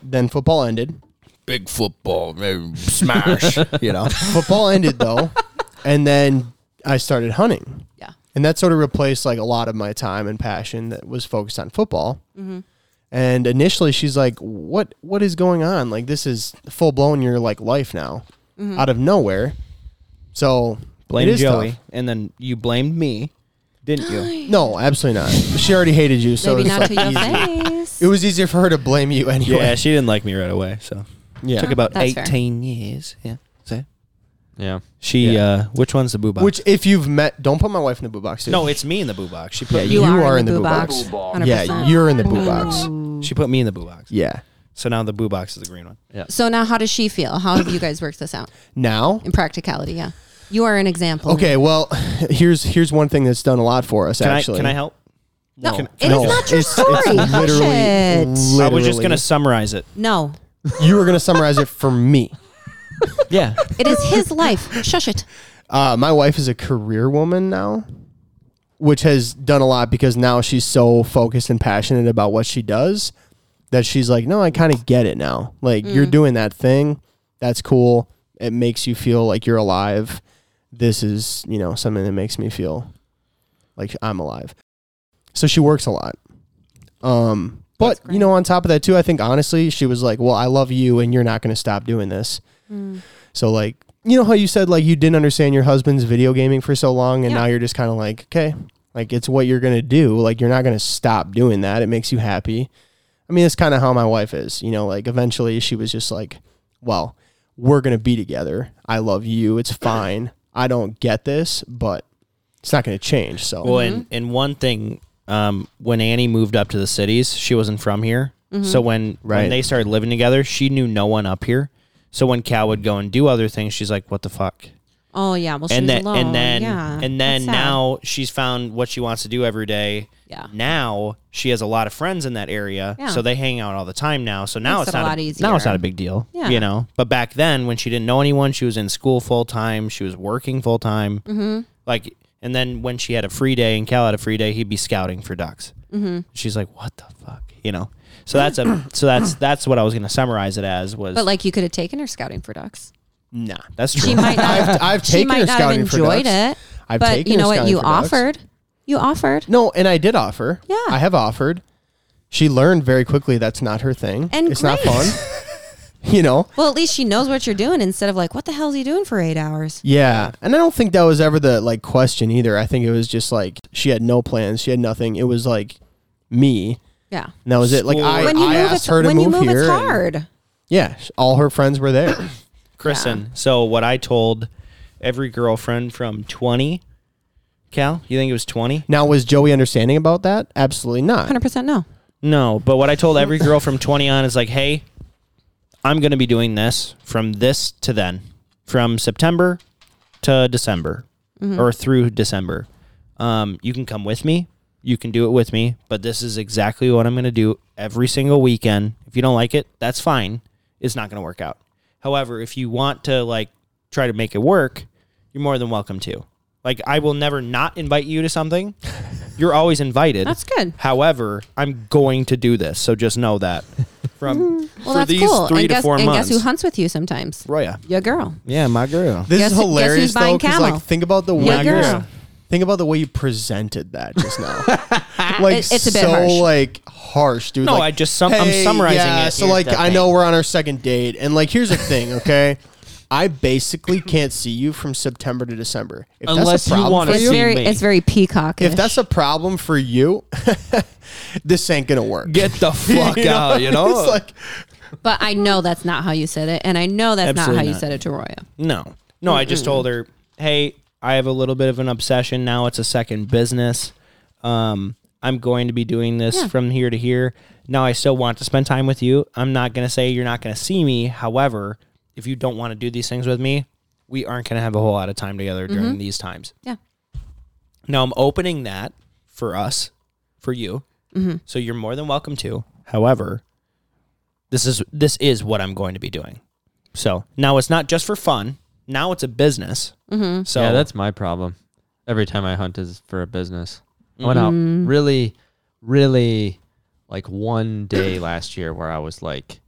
Speaker 3: Then football ended.
Speaker 5: big football, eh, smash, you know.
Speaker 3: Football ended though, and then I started hunting.
Speaker 2: Yeah.
Speaker 3: and that sort of replaced like a lot of my time and passion that was focused on football.
Speaker 2: Mm-hmm.
Speaker 3: And initially, she's like, "What? What is going on? Like, this is full blown your like life now,
Speaker 2: Mm-hmm.
Speaker 3: out of nowhere." So
Speaker 1: Blame
Speaker 3: it is
Speaker 1: Joey,
Speaker 3: tough.
Speaker 1: and then you blamed me, didn't you?
Speaker 3: No, absolutely not. She already hated you, so
Speaker 2: Maybe
Speaker 3: it was,
Speaker 2: not
Speaker 3: like,
Speaker 2: to your
Speaker 3: easy.
Speaker 2: face.
Speaker 3: It was easier for her to blame you
Speaker 1: yeah,
Speaker 3: anyway.
Speaker 1: she didn't like me right away, so
Speaker 3: Yeah,
Speaker 1: took about
Speaker 2: Oh, That's fair.
Speaker 1: eighteen years. Yeah, so
Speaker 4: Yeah.
Speaker 1: she. Uh, which one's the boo box?
Speaker 3: Which, if you've met, don't put my wife in the boo box. Dude.
Speaker 1: no, it's me in the boo box. She put
Speaker 3: Yeah,
Speaker 1: me,
Speaker 3: you are in the boo box. yeah,
Speaker 2: 100%.
Speaker 3: you're in the boo box.
Speaker 1: she put me in the boo box.
Speaker 3: Yeah.
Speaker 1: So now the boo box is the green one.
Speaker 2: So now, how does she feel? How have you guys worked this out
Speaker 3: Now,
Speaker 2: in practicality? Yeah, you are an example.
Speaker 3: okay. Well, here's here's one thing that's done a lot for us.
Speaker 1: Can I?
Speaker 3: actually,
Speaker 1: Can I help?
Speaker 2: no,
Speaker 1: Can-
Speaker 2: it is
Speaker 3: no,
Speaker 2: not your
Speaker 3: it's-
Speaker 2: story. Oh,
Speaker 3: It's
Speaker 2: Hush
Speaker 3: literally,
Speaker 2: it.
Speaker 1: I was just
Speaker 3: literally-
Speaker 1: gonna summarize it.
Speaker 2: No,
Speaker 3: You were gonna summarize it for me.
Speaker 1: Yeah,
Speaker 2: it is his life. Shush it.
Speaker 3: Uh, my wife is a career woman now, which has done a lot because now she's so focused and passionate about what she does that she's like, no, I kind of get it now. Like, you're doing that thing. That's cool. It makes you feel like you're alive. This is, you know, something that makes me feel like I'm alive. So she works a lot. Um, but,
Speaker 2: That's
Speaker 3: you know, on top of that, too, I think honestly, she was like, well, I love you and you're not going to stop doing this.
Speaker 2: Mm.
Speaker 3: So like, you know how you said like you didn't understand your husband's video gaming for so long, and
Speaker 2: Yeah.
Speaker 3: now you're just kind of like, okay, like it's what you're gonna do. Like you're not gonna stop doing that. It makes you happy. I mean, that's kind of how my wife is. You know, like eventually she was just like, well, we're gonna be together. I love you. It's fine. I don't get this, but it's not gonna change. So
Speaker 1: Well, and,
Speaker 2: Mm-hmm.
Speaker 1: and one thing, um, when Annie moved up to the cities, she wasn't from here.
Speaker 2: Mm-hmm.
Speaker 1: So when,
Speaker 3: Right.
Speaker 1: when they started living together, she knew no one up here. So when Cal would go and do other things, she's like, "What the fuck?"
Speaker 2: Oh yeah, well she's
Speaker 1: and then,
Speaker 2: alone.
Speaker 1: and then,
Speaker 2: yeah.
Speaker 1: and
Speaker 2: That's
Speaker 1: then
Speaker 2: sad.
Speaker 1: now she's found what she wants to do every day.
Speaker 2: Yeah.
Speaker 1: Now she has a lot of friends in that area,
Speaker 2: Yeah.
Speaker 1: so they hang out all the time now. So now
Speaker 2: Makes
Speaker 1: it's
Speaker 2: it a
Speaker 1: not
Speaker 2: lot
Speaker 1: now it's
Speaker 2: easier.
Speaker 1: not a big deal.
Speaker 2: Yeah.
Speaker 1: You know, but back then when she didn't know anyone, she was in school full time, she was working full time. Mm-hmm. Like, and then when she had a free day and Cal had a free day, he'd be scouting for ducks. Mm-hmm. She's like, "What the fuck?" You know. So that's a so that's that's what I was gonna summarize it as was.
Speaker 2: but like you could have taken her scouting for ducks.
Speaker 3: nah,
Speaker 1: that's true.
Speaker 2: She might not.
Speaker 3: I've, I've
Speaker 2: she
Speaker 3: taken
Speaker 2: might
Speaker 3: her
Speaker 2: not have
Speaker 3: scouting for
Speaker 2: enjoyed
Speaker 3: ducks.
Speaker 2: it.
Speaker 3: I've
Speaker 2: but
Speaker 3: taken
Speaker 2: you
Speaker 3: her
Speaker 2: know what?
Speaker 3: scouting
Speaker 2: You
Speaker 3: for ducks.
Speaker 2: offered. You offered.
Speaker 3: No, and I did offer.
Speaker 2: Yeah.
Speaker 3: I have offered. She learned very quickly that's not her thing.
Speaker 2: And
Speaker 3: it's not
Speaker 2: great.
Speaker 3: fun. you know?
Speaker 2: Well, at least she knows what you're doing instead of like, what the hell is he doing for eight hours?
Speaker 3: Yeah. And I don't think that was ever the like question either. I think it was just like she had no plans. She had nothing. It was like me.
Speaker 2: Yeah.
Speaker 3: And that was it. Like I,
Speaker 1: Well,
Speaker 2: When you
Speaker 3: I
Speaker 2: move,
Speaker 3: asked
Speaker 2: it's
Speaker 3: her to
Speaker 2: when
Speaker 3: move,
Speaker 2: you move,
Speaker 3: here.
Speaker 2: it's
Speaker 3: and-
Speaker 2: hard.
Speaker 3: yeah. sh- All her friends were there.
Speaker 1: Kristen. So what I told every girlfriend from 20, Cal, you think it was 20?
Speaker 3: now was Joey understanding about that? Absolutely not.
Speaker 2: Hundred percent no.
Speaker 1: No, but what I told every girl from 20 on is like, hey, I'm going to be doing this from this to then, from September to December or through December. Um, you can come with me. You can do it with me, but this is exactly what I'm going to do every single weekend. If you don't like it, that's fine. It's not going to work out. However, if you want to like try to make it work, you're more than welcome to. Like I will never not invite you to something. You're always invited.
Speaker 2: That's good.
Speaker 1: However, I'm going to do this, so just know that. From
Speaker 2: Well,
Speaker 1: for
Speaker 2: that's
Speaker 1: these
Speaker 2: cool.
Speaker 1: three
Speaker 2: and
Speaker 1: to
Speaker 2: guess,
Speaker 1: four
Speaker 2: and
Speaker 1: months,
Speaker 2: guess who hunts with you sometimes?
Speaker 1: Roya.
Speaker 2: Your girl.
Speaker 1: Yeah, my girl.
Speaker 3: This
Speaker 2: Guess-
Speaker 3: is
Speaker 2: guess
Speaker 3: hilarious
Speaker 2: who's
Speaker 3: though,
Speaker 2: buying
Speaker 3: because
Speaker 2: camo?
Speaker 3: like think about the way
Speaker 2: Yeah,
Speaker 3: you-
Speaker 2: girl.
Speaker 3: think about the way you presented that just now. like
Speaker 2: It- it's a bit
Speaker 3: so
Speaker 2: harsh.
Speaker 3: like harsh, dude.
Speaker 1: No,
Speaker 3: like,
Speaker 1: I just sum- I'm
Speaker 3: "Hey,
Speaker 1: summarizing
Speaker 3: yeah,
Speaker 1: it.
Speaker 3: So
Speaker 1: Here's
Speaker 3: like
Speaker 1: the
Speaker 3: I
Speaker 1: thing."
Speaker 3: know we're on our second date, and like here's the thing, okay. I basically can't see you from September to December. If
Speaker 4: Unless
Speaker 3: that's a
Speaker 4: you
Speaker 3: problem
Speaker 4: wanna
Speaker 3: for
Speaker 2: It's
Speaker 3: you,
Speaker 4: see
Speaker 2: very,
Speaker 4: me.
Speaker 2: it's very peacock.
Speaker 3: if that's a problem for you, this ain't gonna work.
Speaker 1: Get the fuck out, you know?
Speaker 3: it's like
Speaker 2: but I know that's not how you said it, and I know that's not how
Speaker 1: Absolutely
Speaker 2: you
Speaker 1: not.
Speaker 2: said it to Roya.
Speaker 1: no. No, I just told her, "Hey, I have a little bit of an obsession now. It's a second business. Um, I'm going to be doing this
Speaker 2: Yeah.
Speaker 1: from here to here. Now I still want to spend time with you. I'm not going to say you're not going to see me. However, if you don't want to do these things with me, we aren't going to have a whole lot of time together during these times.
Speaker 2: Mm-hmm. Yeah.
Speaker 1: Now I'm opening that for us, for you.
Speaker 2: Mm-hmm.
Speaker 1: So you're more than welcome to. However, this is this is what I'm going to be doing. So now it's not just for fun. Now it's a business. Mm-hmm. So
Speaker 4: yeah, that's my problem. Every time I hunt is for a business. I went out really, really like one day last year where I was like,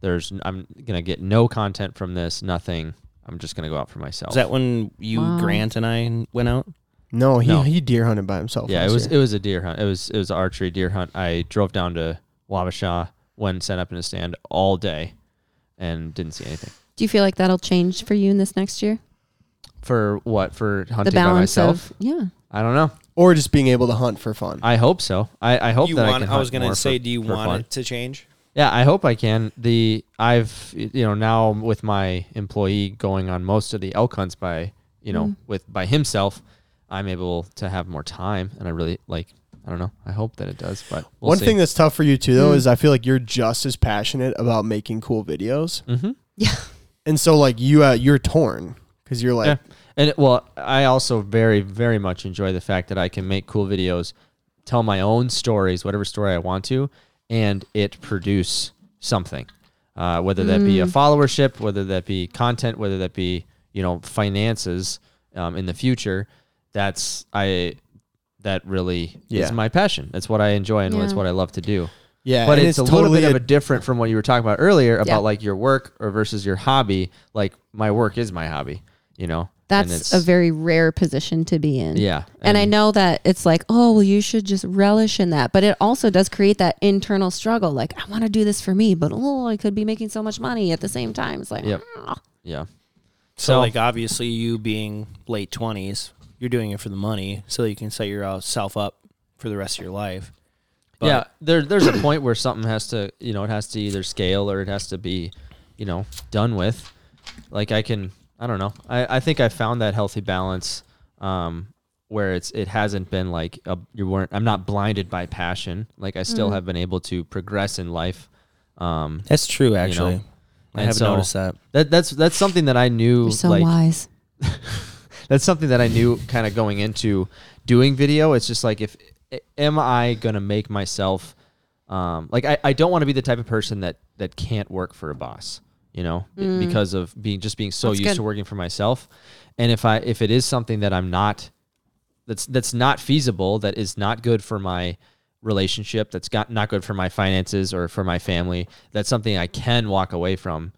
Speaker 4: There's n- I'm gonna get no content from this. Nothing. I'm just gonna go out for myself.
Speaker 1: Is that when you,
Speaker 2: Wow.
Speaker 1: Grant, and I went out?
Speaker 3: No, he
Speaker 4: No.
Speaker 3: he deer hunted by himself.
Speaker 4: yeah, it
Speaker 3: last
Speaker 4: was
Speaker 3: year.
Speaker 4: it was a deer hunt. It was it was an archery deer hunt. I drove down to Wabasha, went set up in a stand all day, and didn't see anything.
Speaker 2: Do you feel like that'll change for you in this next year?
Speaker 4: For what? For
Speaker 2: The
Speaker 4: hunting by
Speaker 2: balance
Speaker 4: myself?
Speaker 2: of yeah.
Speaker 4: I don't know.
Speaker 3: or just being able to hunt for fun.
Speaker 4: I hope so. I, I hope
Speaker 1: you
Speaker 4: that
Speaker 1: want,
Speaker 4: I can.
Speaker 1: was
Speaker 4: going
Speaker 1: gonna
Speaker 4: to
Speaker 1: say, do you want
Speaker 4: fun.
Speaker 1: it to change?
Speaker 4: Yeah, I hope I can. The I've you know now with my employee going on most of the elk hunts by you know with by himself, I'm able to have more time, and I really like. I don't know. I hope that it does, but we'll
Speaker 3: One
Speaker 4: see.
Speaker 3: thing that's tough for you too, though,
Speaker 2: Mm.
Speaker 3: is I feel like you're just as passionate about making cool videos,
Speaker 4: Mm-hmm.
Speaker 3: and so like you uh, you're torn because you're like,
Speaker 4: Yeah. And it, well, I also very, very much enjoy the fact that I can make cool videos, tell my own stories, whatever story I want to, and it produce something. Uh, whether that be a followership, whether that be content, whether that be you know finances um, in the future, that's I that really
Speaker 3: Yeah.
Speaker 4: is my passion. That's what I enjoy and that's
Speaker 2: Yeah.
Speaker 4: what I love to do.
Speaker 3: yeah,
Speaker 4: But
Speaker 3: and
Speaker 4: it's, a little bit of a different from what you were talking about earlier about
Speaker 2: Yeah.
Speaker 4: like your work or versus your hobby. Like my work is my hobby, you know. And
Speaker 2: That's
Speaker 4: it's-
Speaker 2: a very rare position to be in.
Speaker 4: yeah.
Speaker 2: And, I know that it's like, oh, well, you should just relish in that. But it also does create that internal struggle. Like, I want to do this for me, but oh, I could be making so much money at the same time. It's like,
Speaker 4: Yep.
Speaker 2: ah.
Speaker 4: Yeah.
Speaker 1: So,
Speaker 4: So-
Speaker 1: like, obviously, you being late twenties, you're doing it for the money, so you can set yourself up for the rest of your life. But-
Speaker 4: yeah. There, there's a point where something has to, you know, it has to either scale or it has to be, you know, done with. Like I can, I don't know. I, I think I found that healthy balance um, where it's, it hasn't been like a, you weren't, I'm not blinded by passion. Like I
Speaker 2: Mm.
Speaker 4: still have been able to progress in life. Um,
Speaker 1: That's true, actually. I
Speaker 4: and
Speaker 1: haven't
Speaker 4: so-
Speaker 1: noticed that.
Speaker 4: that, that's, that's something that I knew.
Speaker 2: you're so
Speaker 4: like,
Speaker 2: wise.
Speaker 4: that's something that I knew kind of going into doing video. It's just like if am I gonna make myself um, like I, I don't want to be the type of person that that can't work for a boss, you know, b- because of being just being so
Speaker 2: Mm. That's
Speaker 4: used
Speaker 2: good.
Speaker 4: to working for myself. And if I if it is something that I'm not that's that's not feasible, that is not good for my relationship, that's got not good for my finances or for my family, that's something I can walk away from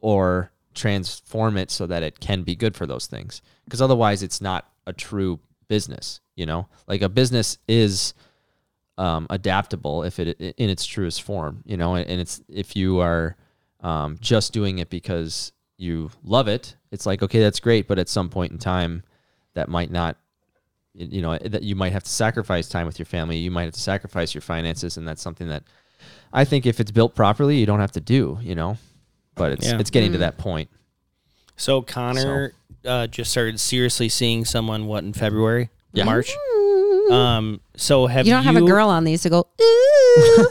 Speaker 4: or transform it so that it can be good for those things. Because otherwise, it's not a true business. You know, like a business is um, adaptable if it i- in its truest form. You know, and it's if you are um, just doing it because you love it, it's like okay, that's great, but at some point in time, that might not. You know that you might have to sacrifice time with your family. You might have to sacrifice your finances, and that's something that I think if it's built properly, you don't have to do. You know, but it's
Speaker 1: Yeah.
Speaker 4: it's getting to that point.
Speaker 1: So Connor Uh, just started seriously seeing someone. What in February?
Speaker 4: Yeah.
Speaker 1: March. Um. So have
Speaker 2: You
Speaker 1: you Oh,
Speaker 2: don't have a girl on these to go, ooh.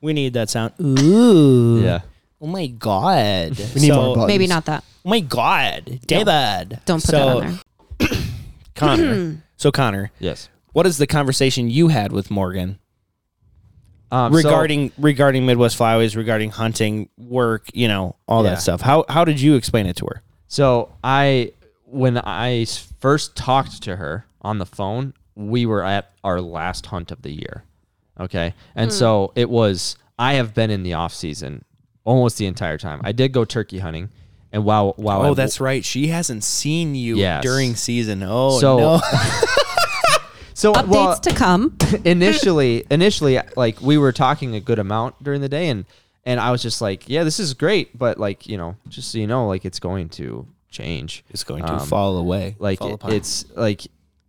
Speaker 1: We need that sound. Ooh.
Speaker 4: Yeah.
Speaker 1: Oh my god.
Speaker 3: We need more buttons.
Speaker 2: Maybe not that.
Speaker 1: Oh my god, David.
Speaker 2: Don't put
Speaker 1: so,
Speaker 2: that on there.
Speaker 1: Connor. so Connor,
Speaker 4: Yes.
Speaker 1: what is the conversation you had with Morgan
Speaker 4: Um, so-
Speaker 1: regarding regarding Midwest Flyways, regarding hunting, work, you know, all
Speaker 4: Yeah.
Speaker 1: that stuff? How how did you explain it to her?
Speaker 4: So I, when I s- first talked to her on the phone, we were at our last hunt of the year. Okay. And so
Speaker 2: Hmm.
Speaker 4: it was, I have been in the off season almost the entire time. I did go turkey hunting. And wow, wow.
Speaker 1: Oh, that's right. She hasn't seen you
Speaker 4: Yes.
Speaker 1: during season. Oh
Speaker 4: So-
Speaker 1: no.
Speaker 4: so
Speaker 2: Updates
Speaker 4: well,
Speaker 2: to come.
Speaker 4: initially initially like we were talking a good amount during the day and and I was just like, yeah, this is great, but like, you know, just so you know, like it's going to change.
Speaker 1: it's going to
Speaker 4: Um,
Speaker 1: fall away.
Speaker 4: like
Speaker 1: fall
Speaker 4: it-
Speaker 1: apart.
Speaker 4: it's like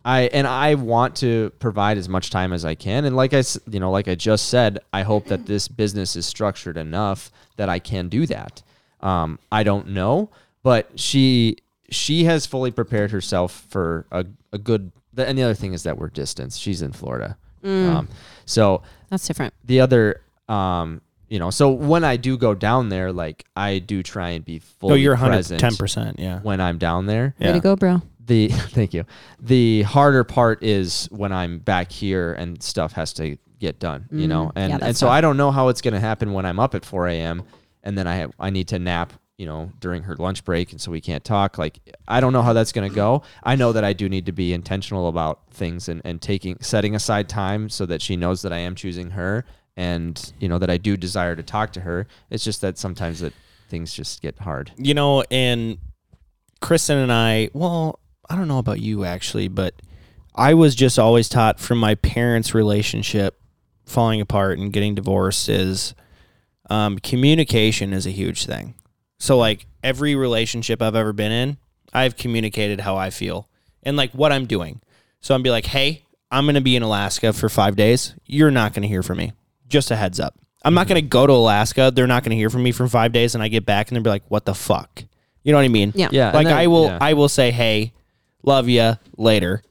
Speaker 4: i and i want to provide as much time as i can and like i s- you know like i just said i hope that this business is structured enough that i can do that um i don't know but she she has fully prepared herself for a, a good the, and the other thing is that we're distance she's in florida um so
Speaker 2: That's different.
Speaker 4: the other um you know so when i do go down there like i do try and be fully
Speaker 1: no, you're 110
Speaker 4: present
Speaker 1: percent. Yeah.
Speaker 4: when i'm down there
Speaker 2: Way to go, bro.
Speaker 4: the thank you. The harder part is when I'm back here and stuff has to get done, you know. And
Speaker 2: Mm-hmm. Yeah,
Speaker 4: and
Speaker 2: that's
Speaker 4: so
Speaker 2: tough.
Speaker 4: I don't know how it's going to happen when I'm up at 4 a.m. and then I have I need to nap, you know, during her lunch break, and so we can't talk. Like I don't know how that's going to go. I know that I do need to be intentional about things and and taking setting aside time so that she knows that I am choosing her and you know that I do desire to talk to her. It's just that sometimes that things just get hard.
Speaker 1: you know, and Kristen and I, well, I don't know about you actually, but I was just always taught from my parents' relationship falling apart and getting divorced is um, communication is a huge thing. So, like every relationship I've ever been in, I've communicated how I feel and like what I'm doing. So I'm be like, hey, I'm gonna be in Alaska for five days. You're not gonna hear from me. Just a heads up. I'm not gonna go to Alaska. They're not gonna hear from me for five days, and I get back and they'll be like, what the fuck? You know what I mean?
Speaker 2: Yeah.
Speaker 4: Yeah, and
Speaker 1: Like
Speaker 4: that-
Speaker 1: I will,
Speaker 4: Uh, yeah.
Speaker 1: I will say, hey, love you later.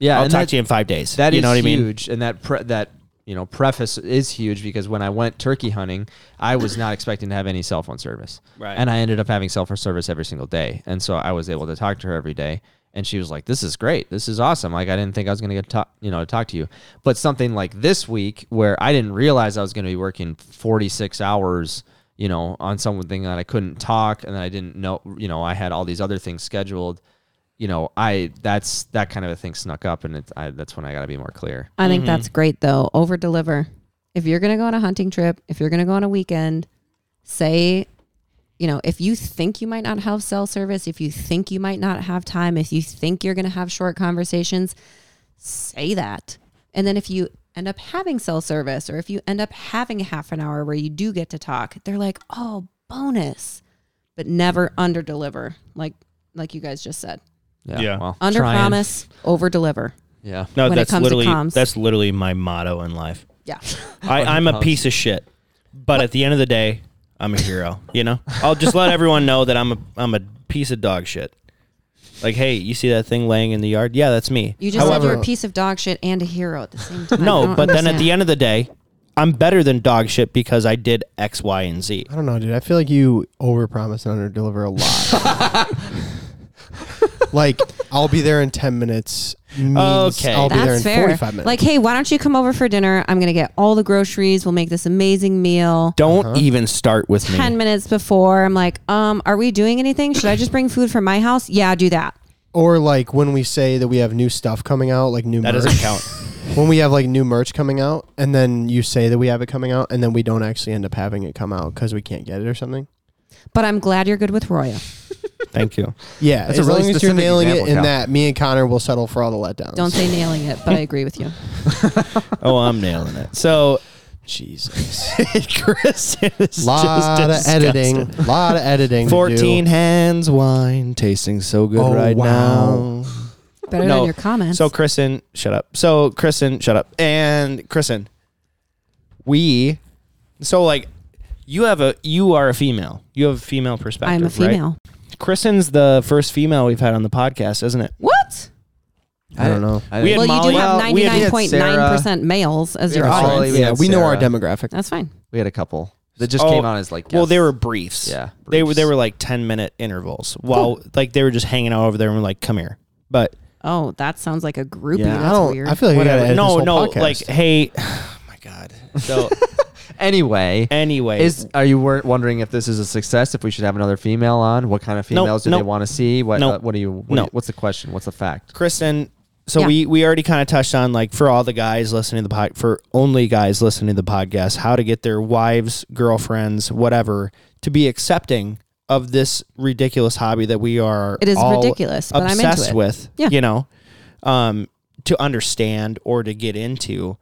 Speaker 4: Yeah,
Speaker 1: I'll
Speaker 4: and
Speaker 1: talk
Speaker 4: that-
Speaker 1: to you in five days.
Speaker 4: That is
Speaker 1: you know what I mean?
Speaker 4: huge, and that pre- that you know preface is huge because when I went turkey hunting, I was not expecting to have any cell phone service,
Speaker 1: Right.
Speaker 4: And I ended up having cell phone service every single day, and so I was able to talk to her every day, and she was like, "This is great. This is awesome. Like I didn't think I was going to get to talk, you know, to talk to you." But something like this week where I didn't realize I was going to be working forty six hours. You know, on something that I couldn't talk, and I didn't know. You know, I had all these other things scheduled, you know, I that's that kind of a thing snuck up, and it's I, that's when I got to be more clear.
Speaker 2: I think that's great though. Over deliver. If you're going to go on a hunting trip, if you're going to go on a weekend, say, you know, if you think you might not have cell service, if you think you might not have time, if you think you're going to have short conversations, say that. And then if you end up having cell service or if you end up having a half an hour where you do get to talk, they're like, "Oh, bonus." But never under deliver. Like like you guys just said.
Speaker 4: Yeah,
Speaker 1: Yeah.
Speaker 4: Well,
Speaker 2: Under
Speaker 4: trying.
Speaker 2: promise, over deliver.
Speaker 4: Yeah,
Speaker 1: No,
Speaker 2: when it
Speaker 1: that's
Speaker 2: comes to
Speaker 1: literally
Speaker 2: comms.
Speaker 1: that's literally my motto in life.
Speaker 2: Yeah.
Speaker 1: I, I'm a piece of shit, but at the end of the day, I'm a hero. You know, I'll just let everyone know that I'm a I'm a piece of dog shit. Like, hey, you see that thing laying in the yard? Yeah, that's me.
Speaker 2: You just said
Speaker 3: However-
Speaker 2: you're a piece of dog shit and a hero at the same time. I
Speaker 1: no,
Speaker 2: don't
Speaker 1: but then at
Speaker 2: understand.
Speaker 1: the end of the day, I'm better than dog shit because I did X, Y, and Z.
Speaker 3: I don't know, dude. I feel like you overpromise and underdeliver a lot. like I'll be there in ten minutes. means
Speaker 1: Okay.
Speaker 3: I'll be there in
Speaker 2: that's fair.
Speaker 3: forty-five minutes.
Speaker 2: Like, hey, why don't you come over for dinner? I'm gonna get all the groceries. We'll make this amazing meal.
Speaker 1: Don't
Speaker 4: Uh-huh.
Speaker 1: even start with me.
Speaker 2: Ten minutes before, I'm like, um, are we doing anything? Should I just bring food from my house? Yeah, do that.
Speaker 3: or like when we say that we have new stuff coming out, like new
Speaker 1: That
Speaker 3: merch.
Speaker 1: doesn't count.
Speaker 3: when we have like new merch coming out, and then you say that we have it coming out, and then we don't actually end up having it come out because we can't get it or something.
Speaker 2: But I'm glad you're good with Roya.
Speaker 1: Thank you.
Speaker 3: Yeah,
Speaker 4: That's a
Speaker 3: as long
Speaker 4: really
Speaker 3: as you're
Speaker 4: specific
Speaker 3: nailing
Speaker 4: example,
Speaker 3: it in
Speaker 4: Cal.
Speaker 3: that, me and Connor will settle for all the letdowns.
Speaker 2: Don't say nailing it, but I agree with you.
Speaker 1: Oh, I'm nailing it. So,
Speaker 3: Jesus.
Speaker 1: Chris is
Speaker 3: lot
Speaker 1: just
Speaker 3: of
Speaker 1: disgusting.
Speaker 3: editing. Lot of editing. to do.
Speaker 1: 14 hands wine tasting so good
Speaker 3: Oh,
Speaker 1: right
Speaker 3: wow.
Speaker 1: now.
Speaker 2: Better
Speaker 1: No.
Speaker 2: than your comments.
Speaker 1: So Kristen, shut up. So Kristen, shut up. And Kristen, we so like you have a you are a female. You have a female perspective.
Speaker 2: I'm a
Speaker 1: Right?
Speaker 2: female.
Speaker 1: Kristen's the first female we've had on the podcast, isn't it?
Speaker 2: What?
Speaker 3: I don't know.
Speaker 4: I
Speaker 1: We had
Speaker 2: Well, you
Speaker 1: Molly-
Speaker 2: do have
Speaker 1: well, we had- we
Speaker 2: ninety-nine
Speaker 1: had
Speaker 2: point nine percent males as
Speaker 4: We
Speaker 2: your
Speaker 4: had
Speaker 2: audience.
Speaker 4: Molly, we
Speaker 3: Yeah,
Speaker 4: had
Speaker 3: we know our
Speaker 4: Sarah.
Speaker 3: demographic.
Speaker 2: That's fine.
Speaker 4: we had a couple that just
Speaker 1: Oh,
Speaker 4: came out as like
Speaker 1: Well, they
Speaker 4: guests.
Speaker 1: were briefs.
Speaker 4: Yeah,
Speaker 1: They were they
Speaker 4: briefs.
Speaker 1: were like 10 minute intervals. While like they were just hanging out over there and we're like, "Come here." But
Speaker 2: Oh, that sounds like a groupie.
Speaker 1: Yeah, I
Speaker 2: That's
Speaker 3: I don't.
Speaker 2: weird.
Speaker 3: I feel like we gotta
Speaker 1: whatever.
Speaker 3: edit this
Speaker 1: No,
Speaker 3: whole
Speaker 1: no,
Speaker 3: podcast.
Speaker 1: like, "Hey, oh my god." So
Speaker 4: anyway.
Speaker 1: anyway,
Speaker 4: Is are you wor- wondering if this is a success? If we should have another female on? What kind of
Speaker 1: Nope,
Speaker 4: females do they
Speaker 1: nope.
Speaker 4: want to see? What
Speaker 1: Nope.
Speaker 4: uh, what do you? What
Speaker 1: No.
Speaker 4: do you- what's the question? What's the fact?
Speaker 1: Kristen, so
Speaker 2: Yeah.
Speaker 1: we we already kind of touched on like for all the guys listening to the pod, for only guys listening to the podcast, how to get their wives, girlfriends, whatever, to be accepting of this ridiculous hobby that we are.
Speaker 2: It is
Speaker 1: all
Speaker 2: ridiculous, but I'm into
Speaker 1: obsessed
Speaker 2: it.
Speaker 1: with.
Speaker 2: Yeah.
Speaker 1: you know, um, to understand or to get into.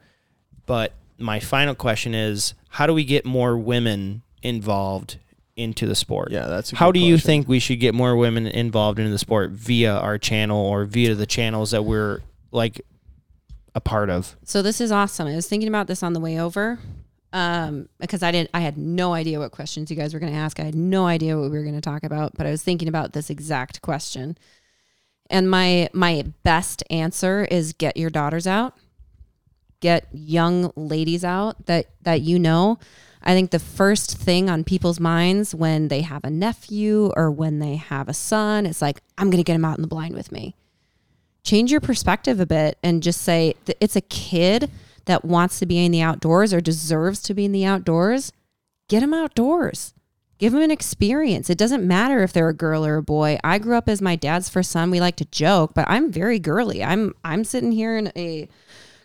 Speaker 1: But my final question is, how do we get more women involved? into the sport.
Speaker 3: Yeah, that's a
Speaker 1: How
Speaker 3: good
Speaker 1: do you
Speaker 3: question.
Speaker 1: think we should get more women involved into the sport via our channel or via the channels that we're like a part of?
Speaker 2: So this is awesome. I was thinking about this on the way over um, because I didn't. I had no idea what questions you guys were going to ask. I had no idea what we were going to talk about, but I was thinking about this exact question. And my my best answer is get your daughters out, get young ladies out that that you know. I think the first thing on people's minds when they have a nephew or when they have a son, it's like I'm going to get him out in the blind with me change your perspective a bit and just say that it's a kid that wants to be in the outdoors or deserves to be in the outdoors. Get them outdoors. Give them an experience. It doesn't matter if they're a girl or a boy. I grew up as my dad's first son. We like to joke, but I'm very girly. I'm I'm sitting here in a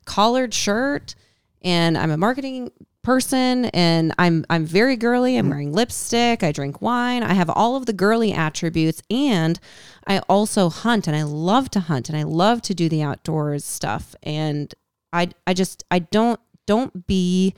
Speaker 2: collared shirt and I'm a marketing person and I'm I'm very girly. I'm wearing lipstick, I drink wine, I have all of the girly attributes and I also hunt and I love to hunt and I love to do the outdoors stuff and I I just I don't don't be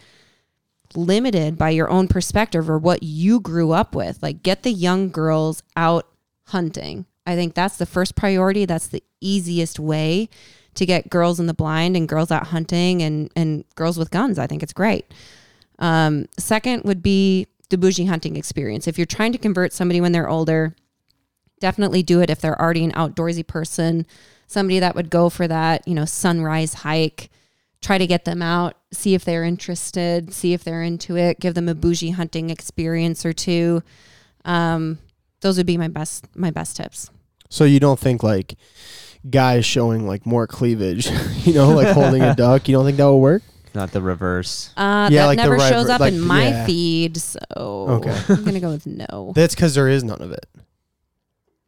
Speaker 2: limited by your own perspective or what you grew up with. Like get the young girls out hunting. I think that's the first priority. That's the easiest way to get girls in the blind and girls out hunting and and girls with guns. I think it's great. Um, second would be the bougie hunting experience. If you're trying to convert somebody when they're older, definitely do it if they're already an outdoorsy person, somebody that would go for that, you know, sunrise hike, try to get them out, see if they're interested, see if they're into it, give them a bougie hunting experience or two. Um, those would be my best my best tips.
Speaker 3: So you don't think like guys showing like more cleavage, you know, like holding a duck. You don't think that will work?
Speaker 4: Not the reverse.
Speaker 2: Uh,
Speaker 3: Yeah,
Speaker 2: that
Speaker 3: like the
Speaker 2: never
Speaker 3: right-
Speaker 2: shows up
Speaker 3: like-
Speaker 2: in my
Speaker 3: yeah.
Speaker 2: feed, so
Speaker 3: Okay.
Speaker 2: I'm gonna go with no.
Speaker 3: That's because there is none of it.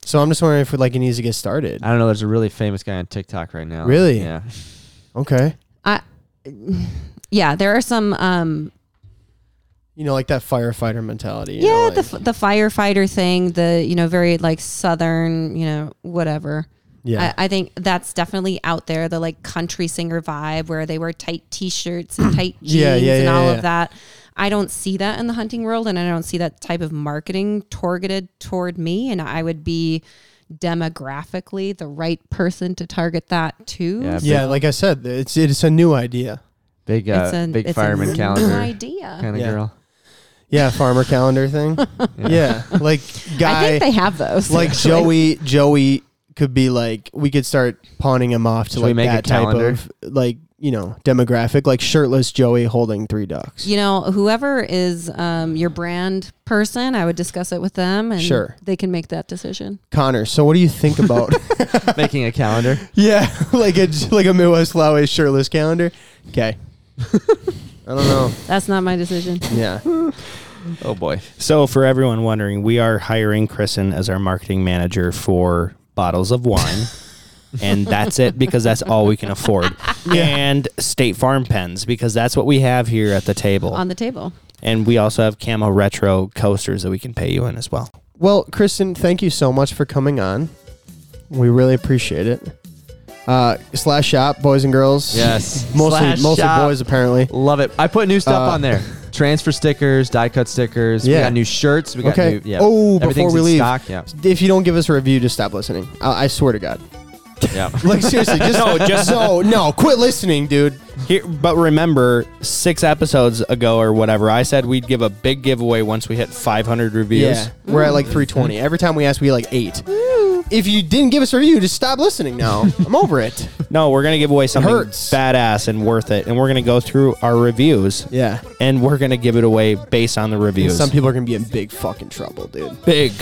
Speaker 3: So I'm just wondering if like it needs to get started.
Speaker 4: I don't know. There's a really famous guy on TikTok right now.
Speaker 3: Really?
Speaker 4: Yeah.
Speaker 3: Okay.
Speaker 2: Yeah, there are some. Um,
Speaker 3: You know, like that firefighter mentality. you
Speaker 2: yeah,
Speaker 3: know,
Speaker 2: the
Speaker 3: like-
Speaker 2: f- the firefighter thing, the you know very like southern, you know whatever.
Speaker 3: yeah.
Speaker 2: I, I think that's definitely out there. The like country singer vibe where they wear tight t-shirts and tight jeans
Speaker 3: Yeah, yeah,
Speaker 2: and
Speaker 3: yeah,
Speaker 2: all
Speaker 3: yeah.
Speaker 2: of that. I don't see that in the hunting world, and I don't see that type of marketing targeted toward me. And I would be demographically the right person to target that to.
Speaker 4: Yeah,
Speaker 3: yeah, like I said, it's it's a new idea.
Speaker 4: Big uh,
Speaker 2: It's a-
Speaker 4: big
Speaker 2: it's a
Speaker 4: fireman
Speaker 2: new
Speaker 4: calendar
Speaker 2: idea.
Speaker 4: kind of
Speaker 3: Yeah.
Speaker 4: girl.
Speaker 3: Yeah, farmer calendar thing. Yeah, like
Speaker 2: I
Speaker 3: guy,
Speaker 2: think they have those.
Speaker 3: like Joey. Joey could be like we could start pawning him off to
Speaker 4: Should we
Speaker 3: like
Speaker 4: make a
Speaker 3: that type
Speaker 4: calendar?
Speaker 3: of like you know demographic, like shirtless Joey holding three ducks.
Speaker 2: you know, whoever is um, your brand person, I would discuss it with them, and
Speaker 3: Sure.
Speaker 2: they can make that decision.
Speaker 3: Connor, so what do you think about?
Speaker 4: Making a calendar.
Speaker 3: yeah, like a like a Midwest Flowway shirtless calendar. Okay, I don't know.
Speaker 2: That's not my decision.
Speaker 3: Yeah,
Speaker 4: Oh boy.
Speaker 1: So, for everyone wondering, we are hiring Kristen as our marketing manager for bottles of wine. and that's it because that's all we can afford. And State Farm pens because that's what we have here at the table.
Speaker 2: On the table.
Speaker 1: and we also have camo retro coasters that we can pay you in as well.
Speaker 3: Well, Kristen, thank you so much for coming on. We really appreciate it. Uh, slash shop, boys and girls.
Speaker 4: Yes.
Speaker 3: Mostly,
Speaker 4: Slash
Speaker 3: mostly
Speaker 4: shop.
Speaker 3: boys, apparently.
Speaker 4: Love it. I put new stuff
Speaker 3: Uh,
Speaker 4: on there. Transfer stickers, die cut stickers. We
Speaker 3: Yeah.
Speaker 4: got new shirts. We got
Speaker 3: Okay.
Speaker 4: new. Yeah.
Speaker 3: Oh, before
Speaker 4: Everything's
Speaker 3: we
Speaker 4: in
Speaker 3: leave,
Speaker 4: Stock. Yeah.
Speaker 3: if you don't give us a review, just stop listening. I, I swear to God.
Speaker 4: Yeah.
Speaker 3: Like seriously, just no, just no, no. Quit listening, dude.
Speaker 1: Here, but remember, six episodes ago or whatever, I said we'd give a big giveaway once we hit 500 reviews.
Speaker 3: Yeah, we're at like 320. Every time we ask, we get like eight. If you didn't give us a review, just stop listening now. I'm over it.
Speaker 1: No, we're going to give away something
Speaker 3: hurts.
Speaker 1: badass and worth it. And we're going to go through our reviews.
Speaker 3: Yeah.
Speaker 1: And we're going to give it away based on the reviews.
Speaker 3: Some people are gonna be in big fucking trouble, dude.
Speaker 1: big,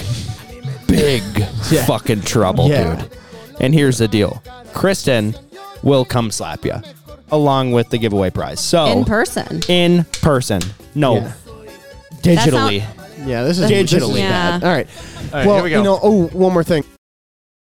Speaker 1: big
Speaker 3: Yeah.
Speaker 1: fucking trouble,
Speaker 3: Yeah.
Speaker 1: dude. And here's the deal Kristen will come slap you along with the giveaway prize. So,
Speaker 2: In person.
Speaker 1: in person. No,
Speaker 3: Yeah.
Speaker 1: digitally.
Speaker 2: That
Speaker 3: Yeah, this is
Speaker 2: Digitally
Speaker 3: this is
Speaker 2: bad.
Speaker 3: bad. All right.
Speaker 4: right,
Speaker 3: well,
Speaker 4: here we go.
Speaker 3: you know. Oh, one more thing.